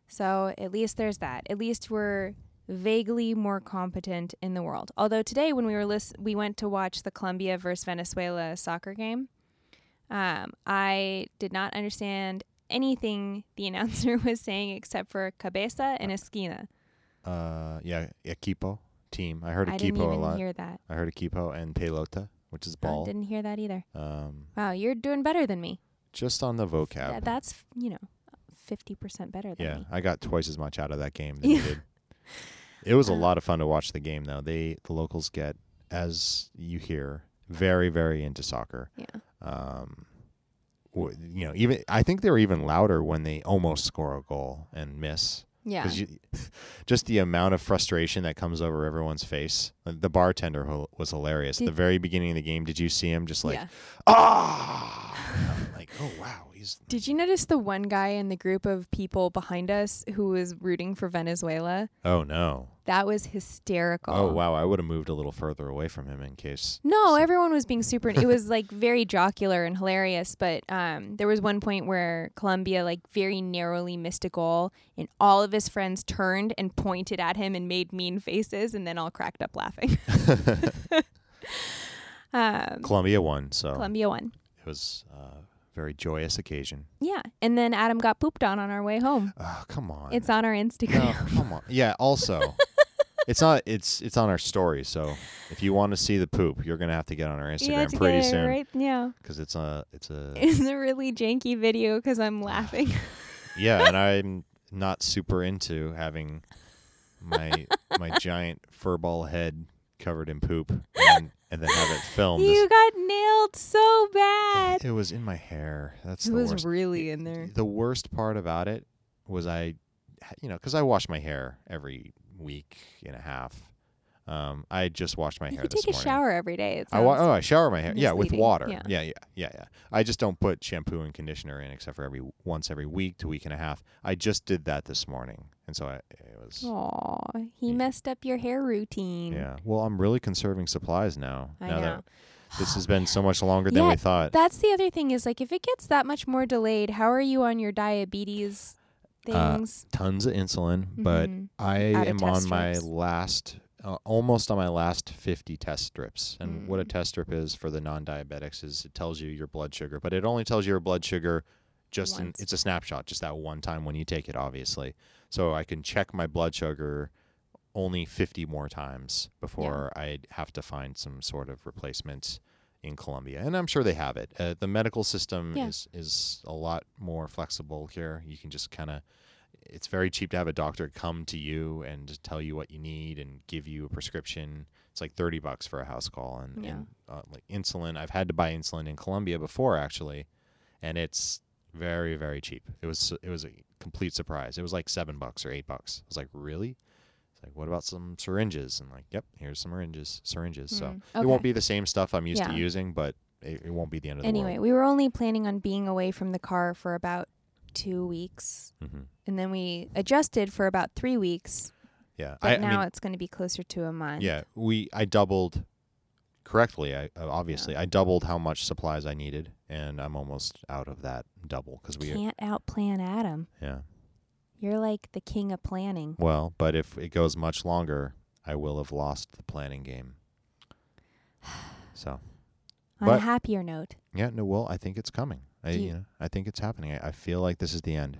Speaker 1: So at least there's that. At least we're vaguely more competent in the world. Although today, when we were list- we went to watch the Colombia versus Venezuela soccer game. Um, I did not understand anything the (laughs) announcer was saying except for cabeza and esquina.
Speaker 2: Uh, yeah. Equipo team. I heard
Speaker 1: I didn't
Speaker 2: equipo a
Speaker 1: even
Speaker 2: lot.
Speaker 1: hear that.
Speaker 2: I heard equipo and pelota, which is
Speaker 1: I
Speaker 2: ball.
Speaker 1: didn't hear that either.
Speaker 2: Um,
Speaker 1: Wow, you're doing better than me.
Speaker 2: just on the vocab.
Speaker 1: Th- that's you know, fifty percent better than
Speaker 2: yeah,
Speaker 1: me.
Speaker 2: I got twice as much out of that game than you
Speaker 1: Yeah. (laughs)
Speaker 2: did. It was a
Speaker 1: Uh,
Speaker 2: lot of fun to watch the game, though. They the locals get, as you hear, very very into soccer.
Speaker 1: Yeah.
Speaker 2: Um, w- you know, even I think they're even louder when they almost score a goal and miss.
Speaker 1: Yeah.
Speaker 2: Because (laughs) just the amount of frustration that comes over everyone's face. Like, The bartender ho- was hilarious.
Speaker 1: Did-
Speaker 2: the very beginning of the game, did you see him just like,
Speaker 1: yeah.
Speaker 2: ah? And I'm like, oh, wow. He's
Speaker 1: Did you notice the one guy in the group of people behind us who was rooting for Venezuela?
Speaker 2: Oh no.
Speaker 1: That was hysterical.
Speaker 2: Oh wow, I would have moved a little further away from him in case.
Speaker 1: No, everyone was being super. It was like very jocular and hilarious. But um, there was one point where Colombia like very narrowly missed a goal, and all of his friends turned and pointed at him and made mean faces, and then all cracked up
Speaker 2: (laughs)
Speaker 1: laughing. um,
Speaker 2: Columbia won, so
Speaker 1: Colombia won.
Speaker 2: it was uh, very joyous occasion.
Speaker 1: Yeah, and then Adam got pooped on on our way home.
Speaker 2: Oh, come on.
Speaker 1: It's on our Instagram.
Speaker 2: no, come on. Yeah, (laughs) also. it's not it's it's on our story, so if you want to see the poop, you're going to have to get on
Speaker 1: (laughs)
Speaker 2: our
Speaker 1: yeah,
Speaker 2: (laughs) Instagram
Speaker 1: to
Speaker 2: pretty
Speaker 1: get it
Speaker 2: soon
Speaker 1: right. Yeah.
Speaker 2: cuz it's a it's a (laughs)
Speaker 1: It's a really janky video because I'm laughing.
Speaker 2: yeah, and I'm not super into having my (laughs) my giant furball head covered in poop and, and then have it filmed.
Speaker 1: You got nailed so bad.
Speaker 2: it was in my hair. That's
Speaker 1: It
Speaker 2: the
Speaker 1: was
Speaker 2: worst.
Speaker 1: really
Speaker 2: It-
Speaker 1: in there.
Speaker 2: The worst part about it was I, you know, because I wash my hair every week and a half. Um, I just washed my
Speaker 1: You
Speaker 2: hair
Speaker 1: could
Speaker 2: this
Speaker 1: take a
Speaker 2: morning.
Speaker 1: shower every day. It
Speaker 2: I wa-
Speaker 1: sounds.
Speaker 2: oh, I shower my hair. Yeah, with
Speaker 1: misleading.
Speaker 2: water.
Speaker 1: Yeah.
Speaker 2: Yeah. yeah, yeah, yeah, I just don't put shampoo and conditioner in except for every once every week to week and a half. I just did that this morning, and so I, it was.
Speaker 1: oh. Aw, he
Speaker 2: Yeah.
Speaker 1: messed up your hair routine.
Speaker 2: Yeah. Well, I'm really conserving supplies now.
Speaker 1: I
Speaker 2: now
Speaker 1: know.
Speaker 2: that this has been so much longer than
Speaker 1: Yeah,
Speaker 2: we thought.
Speaker 1: That's the other thing is like if it gets that much more delayed, how are you on your diabetes
Speaker 2: Uh,
Speaker 1: things?
Speaker 2: Tons of insulin, but
Speaker 1: Mhm.
Speaker 2: I
Speaker 1: Out of
Speaker 2: am on
Speaker 1: test
Speaker 2: my
Speaker 1: strips.
Speaker 2: last, uh, almost on my last 50 test strips. And what a
Speaker 1: Mm.
Speaker 2: test strip is for the non-diabetics is it tells you your blood sugar, but it only tells you your blood sugar just in,
Speaker 1: Once.
Speaker 2: it's a snapshot, just that one time when you take it, obviously. So I can check my blood sugar only 50 more times before I have to find some sort of replacement in Colombia. And I'm sure they have it. Uh, the medical system
Speaker 1: Yeah.
Speaker 2: is is a lot more flexible here. You can just kind of it's very cheap to have a doctor come to you and tell you what you need and give you a prescription. It's like 30 bucks for a house call and,
Speaker 1: Yeah.
Speaker 2: and uh, like insulin. I've had to buy insulin in Colombia before actually, and it's very very cheap. It was it was a complete surprise. It was like 7 bucks or 8 bucks. I was like, "Really?" It's like, "What about some syringes?" And like, "Yep, here's some syringes." Syringes. So
Speaker 1: Mm,
Speaker 2: it
Speaker 1: okay.
Speaker 2: won't be the same stuff I'm used
Speaker 1: Yeah.
Speaker 2: to using, but it, it won't be the end of the
Speaker 1: Anyway,
Speaker 2: world.
Speaker 1: we were only planning on being away from the car for about 2 weeks
Speaker 2: hmm
Speaker 1: and then we adjusted for about 3 weeks,
Speaker 2: Yeah,
Speaker 1: but
Speaker 2: I, I
Speaker 1: now
Speaker 2: mean,
Speaker 1: it's going to be closer to a month.
Speaker 2: yeah, we I doubled correctly. I uh, obviously I doubled how much supplies I needed, and I'm almost out of that double because we
Speaker 1: Can't outplan Adam.
Speaker 2: yeah.
Speaker 1: You're like the king of planning.
Speaker 2: Well, but if it goes much longer, I will have lost the planning
Speaker 1: (sighs)
Speaker 2: game. So
Speaker 1: On a
Speaker 2: But-
Speaker 1: happier note,
Speaker 2: yeah, no, well, I think it's coming. I
Speaker 1: Do you-
Speaker 2: you know I think it's happening. I, I feel like this is the end.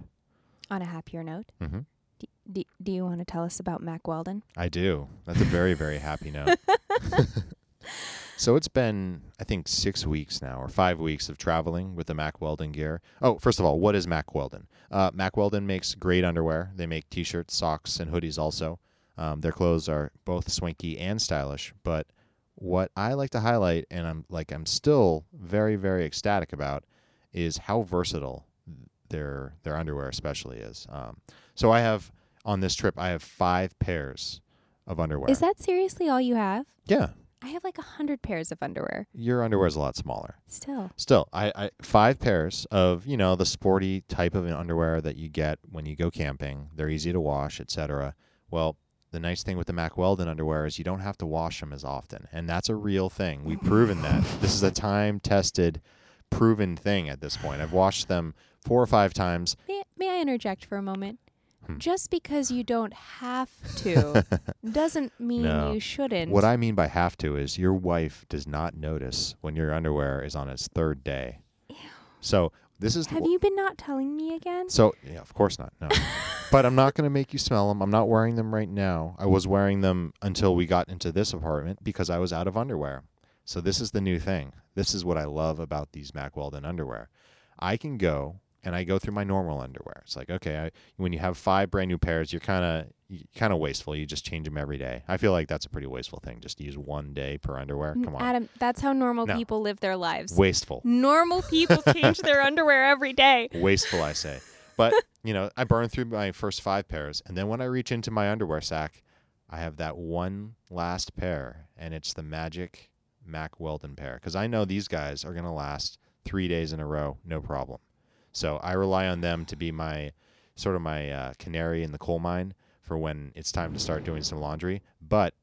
Speaker 1: on a happier note,
Speaker 2: hmm
Speaker 1: do, do, do you want to tell us about Mac Weldon?
Speaker 2: I do. That's a very,
Speaker 1: (laughs)
Speaker 2: very happy note. (laughs) so it's been, I think, six weeks now or five weeks of traveling with the Mack Weldon gear. Oh, first of all, what is Mack Weldon? Uh, Mack Weldon makes great underwear. They make t shirts, socks, and hoodies also. Um, their clothes are both swanky and stylish, but what I like to highlight, and I'm like I'm still very, very ecstatic about, is how versatile their their underwear especially is. Um, so I have on this trip, I have five pairs of underwear.
Speaker 1: Is that seriously all you have?
Speaker 2: yeah?
Speaker 1: I have like a hundred pairs of underwear
Speaker 2: Your underwear is a lot smaller.
Speaker 1: still.
Speaker 2: Still, I, I five pairs of you know the sporty type of an underwear that you get when you go camping. They're easy to wash, etc. Well, the nice thing with the Mack Weldon underwear is you don't have to wash them as often, and that's a real thing. We've
Speaker 1: (laughs)
Speaker 2: proven that. This is a time-tested, proven thing at this point. I've washed them four or five times.
Speaker 1: May, may I interject for a moment?
Speaker 2: Hmm.
Speaker 1: Just because you don't
Speaker 2: (laughs)
Speaker 1: have to doesn't mean
Speaker 2: No.
Speaker 1: you shouldn't.
Speaker 2: What I mean by have to is your wife does not notice when your underwear is on its third day. So this is
Speaker 1: have you been not telling me again?
Speaker 2: So yeah, of course not. No, but I'm not gonna make you smell them. I'm not wearing them right now. I was wearing them until we got into this apartment because I was out of underwear. So this is the new thing. This is what I love about these Mack Weldon underwear. I can go and I go through my normal underwear. It's like okay, I, when you have five brand new pairs, you're kind of kind of wasteful. You just change them every day. I feel like that's a pretty wasteful thing. Just to use one day per underwear.
Speaker 1: N-
Speaker 2: Come on,
Speaker 1: Adam, that's how normal
Speaker 2: No.
Speaker 1: people live their lives.
Speaker 2: wasteful.
Speaker 1: normal
Speaker 2: (laughs)
Speaker 1: people change their underwear every day.
Speaker 2: wasteful i say but you know i burn through my first five pairs and then when i reach into my underwear sack i have that one last pair and it's the magic mac weldon pair because i know these guys are going to last three days in a row no problem so i rely on them to be my sort of my uh, canary in the coal mine for when it's time to start doing some laundry but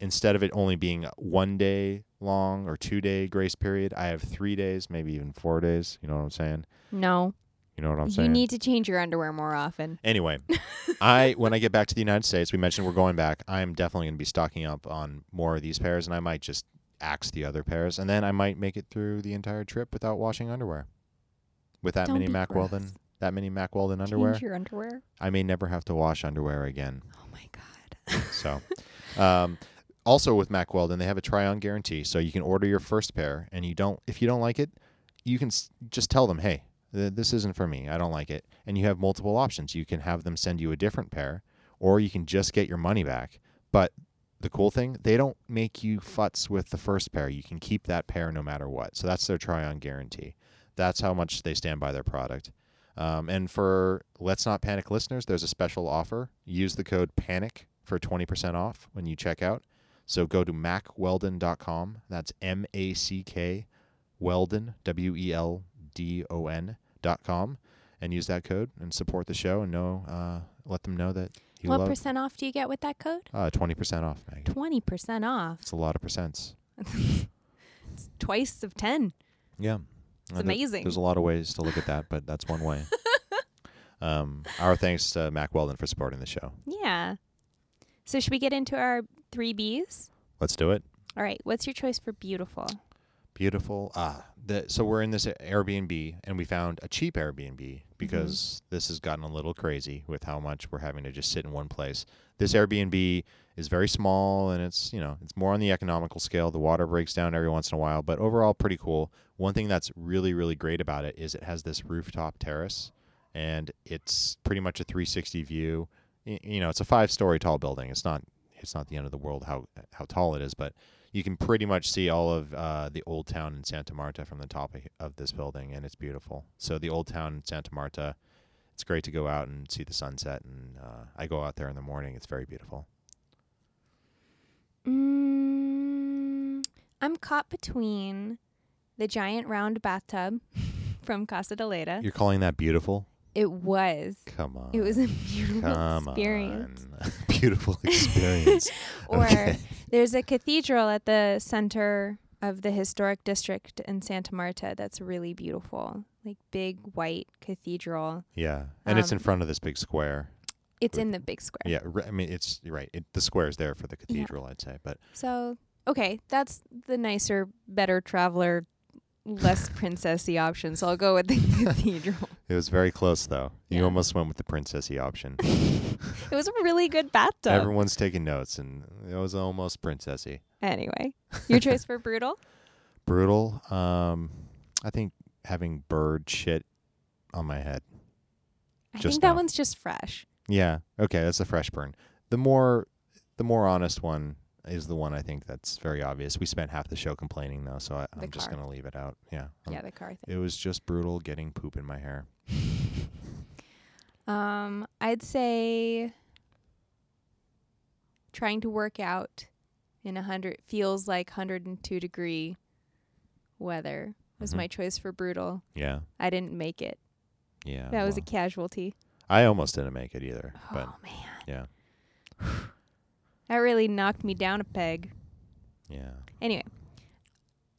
Speaker 2: instead of it only being one day long or two day grace period i have three days maybe even four days you know what i'm saying
Speaker 1: No,
Speaker 2: you know what I'm
Speaker 1: you
Speaker 2: saying?
Speaker 1: need to change your underwear more often.
Speaker 2: anyway, I when I get back to the United States, we mentioned we're going back. I'm definitely going to be stocking up on more of these pairs, and I might just axe the other pairs, and then I might make it through the entire trip without washing underwear. With that
Speaker 1: Don't
Speaker 2: many
Speaker 1: be
Speaker 2: Mack
Speaker 1: gross.
Speaker 2: Weldon, that many Mack Weldon underwear,
Speaker 1: Change your underwear.
Speaker 2: I may never have to wash underwear again.
Speaker 1: Oh my god.
Speaker 2: So, um, also with Mack Weldon, they have a try-on guarantee, so you can order your first pair, and you don't if you don't like it, you can s- just tell them, hey, th- this isn't for me. I don't like it. And you have multiple options. You can have them send you a different pair, or you can just get your money back. But the cool thing, they don't make you futz with the first pair. You can keep that pair no matter what. So that's their try on guarantee. That's how much they stand by their product. Um, and for Let's Not Panic listeners, there's a special offer. Use the code PANIC for 20% off when you check out. So go to macweldon.com. That's M A C K Weldon, W E L D O N dot com, and use that code and support the show and know, uh, let them know that you
Speaker 1: what
Speaker 2: love
Speaker 1: percent off do you get with that code?
Speaker 2: uh, 20% off, Maggie.
Speaker 1: 20% off.
Speaker 2: It's a lot of percents.
Speaker 1: It's twice of 10.
Speaker 2: Yeah.
Speaker 1: It's
Speaker 2: Uh, there-
Speaker 1: amazing.
Speaker 2: There's a lot of ways to look at that, but that's one
Speaker 1: (laughs)
Speaker 2: way. um, our thanks to Mac Weldon for supporting the show.
Speaker 1: Yeah. So should we get into our three B's?
Speaker 2: Let's do it.
Speaker 1: All right. What's your choice for beautiful?
Speaker 2: Beautiful. Ah, the, so we're in this Airbnb and we found a cheap Airbnb because this has gotten a little crazy with how much we're having to just sit in one place. This Airbnb is very small and it's, you know, it's more on the economical scale. The water breaks down every once in a while, but overall pretty cool. One thing that's really really great about it is it has this rooftop terrace and it's pretty much a 360 view. Y- You know, it's a five-story tall building. It's not it's not the end of the world how how tall it is, but you can pretty much see all of uh, the old town in Santa Marta from the top of, of this building, and it's beautiful. So the old town in Santa Marta, it's great to go out and see the sunset. And uh, I go out there in the morning; it's very beautiful.
Speaker 1: Mm, I'm caught between the giant round bathtub (laughs) from Casa de Leda.
Speaker 2: You're calling that beautiful?
Speaker 1: It was.
Speaker 2: Come on!
Speaker 1: It was a (laughs) beautiful
Speaker 2: Come (laughs)
Speaker 1: experience.
Speaker 2: on. beautiful experience.
Speaker 1: (laughs) Or
Speaker 2: Okay.
Speaker 1: there's a cathedral at the center of the historic district in Santa Marta that's really beautiful. Like big white cathedral.
Speaker 2: yeah, and it's in
Speaker 1: Um,
Speaker 2: front of this big square.
Speaker 1: It's in the big square.
Speaker 2: Yeah, r- I mean it's you're right. It, the square's there for the cathedral, I'd say, but
Speaker 1: So, okay, that's the nicer, better traveler, less (laughs) princessy option. So I'll go with the (laughs) cathedral.
Speaker 2: it was very close though.
Speaker 1: Yeah.
Speaker 2: You almost went with the princessy option.
Speaker 1: It was a really good bathtub.
Speaker 2: Everyone's taking notes, and it was almost princessy.
Speaker 1: anyway, your choice for
Speaker 2: (laughs)
Speaker 1: brutal?
Speaker 2: brutal. Um, I think having bird shit on my head.
Speaker 1: I
Speaker 2: Just
Speaker 1: think that
Speaker 2: now.
Speaker 1: one's just fresh.
Speaker 2: Yeah. Okay, that's a fresh burn. The more, the more honest one is the one I think that's very obvious. We spent half the show complaining though, so I,
Speaker 1: The
Speaker 2: I'm just
Speaker 1: car.
Speaker 2: gonna leave it out. Yeah. um,
Speaker 1: yeah, the car thing.
Speaker 2: It was just brutal getting poop in my hair.
Speaker 1: Um, I'd say trying to work out in a hundred feels like hundred and two degree weather was
Speaker 2: Mhm.
Speaker 1: my choice for brutal.
Speaker 2: Yeah.
Speaker 1: I didn't make it.
Speaker 2: Yeah.
Speaker 1: that was a
Speaker 2: well,
Speaker 1: casualty.
Speaker 2: I almost didn't make it either, Oh,
Speaker 1: (gasps)
Speaker 2: but
Speaker 1: oh man.
Speaker 2: yeah.
Speaker 1: (sighs) That really knocked me down a peg.
Speaker 2: yeah.
Speaker 1: Anyway.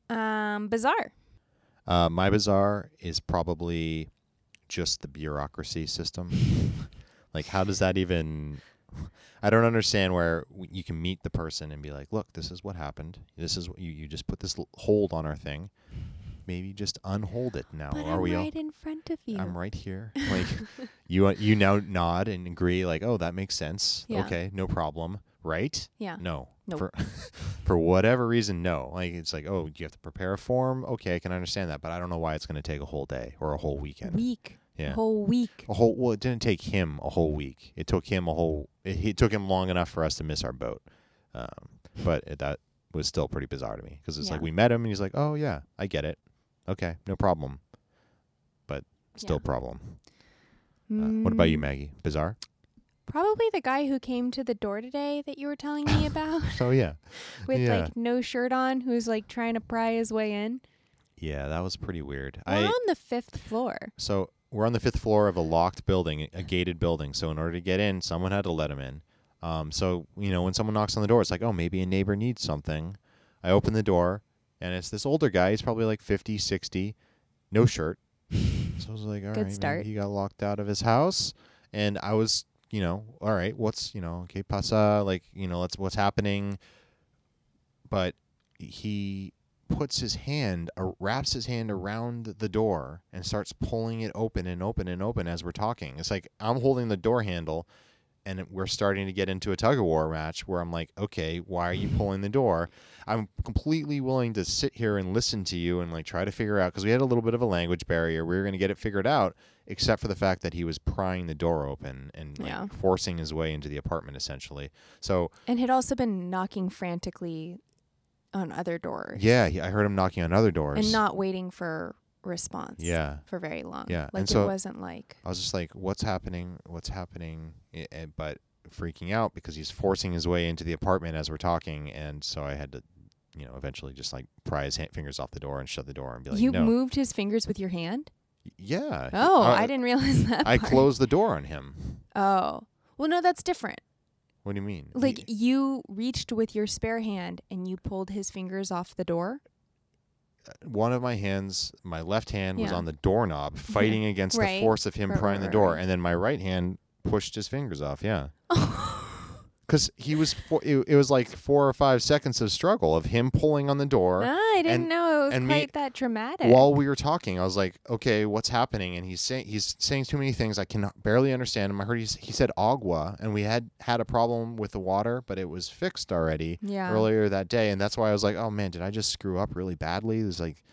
Speaker 1: Um, bizarre.
Speaker 2: Uh, my bazaar is probably just the
Speaker 1: (laughs)
Speaker 2: bureaucracy system. like, how does that even? I don't understand where w- you can meet the person and be like, "Look, this is what happened. This is what you you just put this l- hold on our thing. Maybe just unhold it now.
Speaker 1: but
Speaker 2: Are
Speaker 1: I'm
Speaker 2: we all?
Speaker 1: right in front of you.
Speaker 2: I'm
Speaker 1: (laughs)
Speaker 2: right here. Like, you uh, you now nod and agree. Like, oh, that makes sense.
Speaker 1: Yeah.
Speaker 2: Okay, no problem. Right?
Speaker 1: Yeah.
Speaker 2: No.
Speaker 1: Nope.
Speaker 2: For, (laughs) for whatever reason, no. Like it's like, oh, you have to prepare a form. Okay, I can understand that, but I don't know why it's going to take a whole day or a whole weekend.
Speaker 1: Week.
Speaker 2: yeah.
Speaker 1: Whole week.
Speaker 2: a whole. Well, it didn't take him a whole week. It took him a whole. It, it took him long enough for us to miss our boat. Um, but it, that was still pretty bizarre to me because it's like
Speaker 1: Yeah.
Speaker 2: we met him and he's like, oh yeah, I get it. Okay, no problem. But still
Speaker 1: Yeah.
Speaker 2: problem. Uh, What about you,
Speaker 1: Mm,
Speaker 2: Maggie? Bizarre.
Speaker 1: Probably the guy who came to the door today that you were telling
Speaker 2: (laughs)
Speaker 1: me about.
Speaker 2: Oh yeah.
Speaker 1: with
Speaker 2: Yeah.
Speaker 1: like no shirt on who's like trying to pry his way in.
Speaker 2: Yeah, that was pretty weird.
Speaker 1: We're
Speaker 2: I
Speaker 1: on the fifth floor.
Speaker 2: So we're on the fifth floor of a locked building, a gated building. So in order to get in, someone had to let him in. Um, so you know, when someone knocks on the door, it's like, oh, maybe a neighbor needs something. I open the door, and it's this older guy. He's probably like 50, 60, no shirt. So I was like, all right,
Speaker 1: (laughs) Good
Speaker 2: maybe
Speaker 1: start.
Speaker 2: he got locked out of his house, and I was, you know, all right, what's, you know, okay, pasa, like, you know, let's what's happening. But he puts his hand, uh, wraps his hand around the door and starts pulling it open and open and open as we're talking. It's like I'm holding the door handle. and it- we're starting to get into a tug of war match where I'm like, okay, why
Speaker 1: (sighs)
Speaker 2: are you pulling the door? I'm completely willing to sit here and listen to you and like try to figure out because we had a little bit of a language barrier. We were going to get it figured out, except for the fact that he was prying the door open and like,
Speaker 1: Yeah.
Speaker 2: forcing his way into the apartment essentially. So
Speaker 1: And had also been knocking frantically on other doors.
Speaker 2: yeah, he, I heard him knocking on other doors.
Speaker 1: And not waiting for response.
Speaker 2: yeah,
Speaker 1: For very long.
Speaker 2: Yeah,
Speaker 1: Like
Speaker 2: and so-
Speaker 1: it wasn't like
Speaker 2: I was just like, what's happening? What's happening? I- and- But freaking out because he's forcing his way into the apartment as we're talking, and so I had to. You know, eventually, just like pry his hand, fingers off the door and shut the door and be like,
Speaker 1: you
Speaker 2: "No,
Speaker 1: moved his fingers with your hand?
Speaker 2: Yeah. he-
Speaker 1: Oh,
Speaker 2: uh,
Speaker 1: I didn't realize that.
Speaker 2: I
Speaker 1: part.
Speaker 2: closed the door on him.
Speaker 1: Oh. Well, no, that's different.
Speaker 2: What do you mean?
Speaker 1: Like
Speaker 2: Y-
Speaker 1: you reached with your spare hand and you pulled his fingers off the door. (laughs)
Speaker 2: uh, one of my hands, my left hand was
Speaker 1: Yeah.
Speaker 2: on the
Speaker 1: (laughs)
Speaker 2: doorknob, fighting against
Speaker 1: Right.
Speaker 2: the force of him
Speaker 1: Right,
Speaker 2: prying
Speaker 1: right,
Speaker 2: the
Speaker 1: right,
Speaker 2: door,
Speaker 1: right.
Speaker 2: and then my right hand pushed his fingers off. Yeah.
Speaker 1: nice.
Speaker 2: Because he was, for, it, it was like four or five seconds of struggle of him pulling on the door.
Speaker 1: Ah, I didn't
Speaker 2: and-
Speaker 1: know it was
Speaker 2: and me-
Speaker 1: quite that dramatic.
Speaker 2: While we were talking, I was like, "Okay, what's happening?" And he's saying he's saying too many things I can barely understand him. I heard he's, he said agua, and we had had a problem with the water, but it was fixed already.
Speaker 1: yeah.
Speaker 2: earlier that day and that's why I was like, "Oh man, did I just screw up really badly?" It was like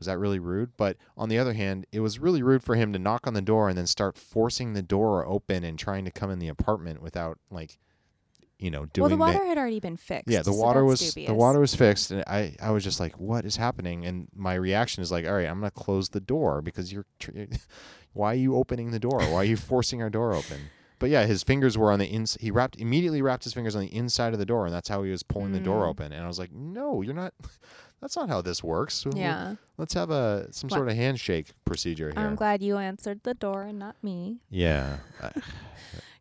Speaker 2: was that really rude? But on the other hand, it was really rude for him to knock on the door and then start forcing the door open and trying to come in the apartment without like you know, doing
Speaker 1: well, the
Speaker 2: that-
Speaker 1: water had already been fixed.
Speaker 2: Yeah,
Speaker 1: so
Speaker 2: the water was
Speaker 1: that's dubious.
Speaker 2: the water was fixed and I I was just like, "What is happening?" And my reaction is like, "All right, I'm going to close the door because you're tr- (laughs) why are you opening the door? Why are you forcing our door open?" But yeah, his fingers were on the ins. He wrapped immediately wrapped his fingers on the inside of the door, and that's how he was pulling the door
Speaker 1: Mm.
Speaker 2: open. And I was like, "No, you're not. (laughs) That's not how this works. Well,
Speaker 1: Yeah,
Speaker 2: let's have a some
Speaker 1: Well,
Speaker 2: sort of handshake procedure here."
Speaker 1: I'm glad you answered the door and not me,
Speaker 2: Yeah, I-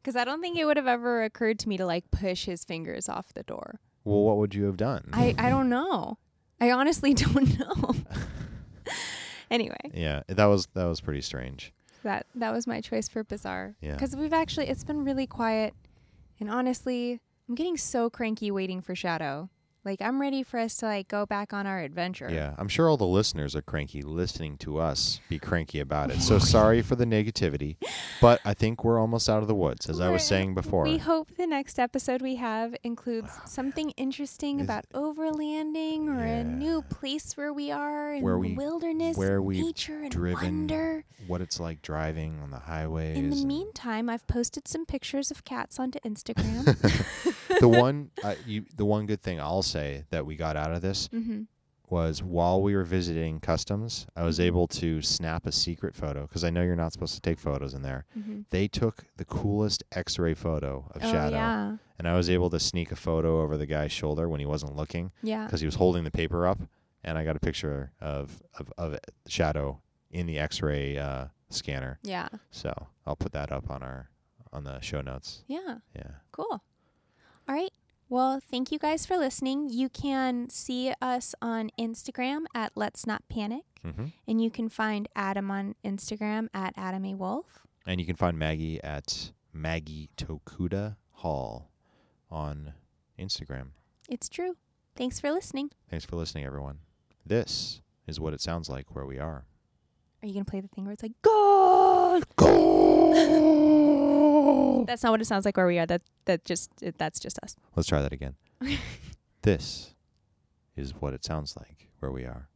Speaker 1: because I don't think it would have ever occurred to me to like push his fingers off the door.
Speaker 2: well, what would you have done?
Speaker 1: I I don't know. I honestly (laughs) don't know. anyway,
Speaker 2: yeah, that was that was pretty strange.
Speaker 1: that that was my choice for bizarre.
Speaker 2: Yeah.
Speaker 1: Because we've actually, it's been really quiet. And honestly, I'm getting so cranky waiting for Shadow. Like, I'm ready for us to, like, go back on our adventure.
Speaker 2: Yeah, I'm sure all the listeners are cranky listening to us be cranky about it.
Speaker 1: (laughs)
Speaker 2: So sorry for the negativity, but I think we're almost out of the woods, as I was
Speaker 1: We're-
Speaker 2: saying before.
Speaker 1: We hope the next episode we have
Speaker 2: (sighs)
Speaker 1: includes something interesting
Speaker 2: Is-
Speaker 1: about overlanding or
Speaker 2: Yeah.
Speaker 1: a new place where we are in
Speaker 2: Where
Speaker 1: the
Speaker 2: we-
Speaker 1: wilderness,
Speaker 2: where
Speaker 1: and
Speaker 2: we've
Speaker 1: nature, and
Speaker 2: driven
Speaker 1: wonder.
Speaker 2: What it's like driving on the highways.
Speaker 1: In the
Speaker 2: and-
Speaker 1: meantime, I've posted some pictures of cats onto
Speaker 2: (laughs)
Speaker 1: Instagram.
Speaker 2: (laughs)
Speaker 1: (laughs)
Speaker 2: the one, uh, you, the one good thing I'll say that we got out of this
Speaker 1: hmm
Speaker 2: was while we were visiting customs, I
Speaker 1: Mm-hmm.
Speaker 2: was able to snap a secret photo because I know you're not supposed to take photos in there.
Speaker 1: hmm
Speaker 2: They took the coolest X-ray photo of
Speaker 1: Oh,
Speaker 2: Shadow,
Speaker 1: yeah.
Speaker 2: and I was able to sneak a photo over the guy's shoulder when he wasn't looking.
Speaker 1: Yeah.
Speaker 2: because he was holding the paper up, and I got a picture of of, of it- shadow in the X-ray uh, scanner.
Speaker 1: Yeah.
Speaker 2: So I'll put that up on our on the show notes.
Speaker 1: Yeah.
Speaker 2: Yeah.
Speaker 1: Cool. All right. Well, thank you guys for listening. You can see us on Instagram at Let's Not Panic,
Speaker 2: Mm-hmm.
Speaker 1: and you can find Adam on Instagram at Adam A. Wolf.
Speaker 2: And you can find Maggie at Maggie Tokuda Hall on Instagram.
Speaker 1: It's true. Thanks for listening.
Speaker 2: Thanks for listening, everyone. This is what it sounds like where we are.
Speaker 1: Are you going to play the thing where it's like, God? (laughs) That's not what it sounds like where we are. That that just it, that's just us.
Speaker 2: Let's try that again. this is what it sounds like where we are.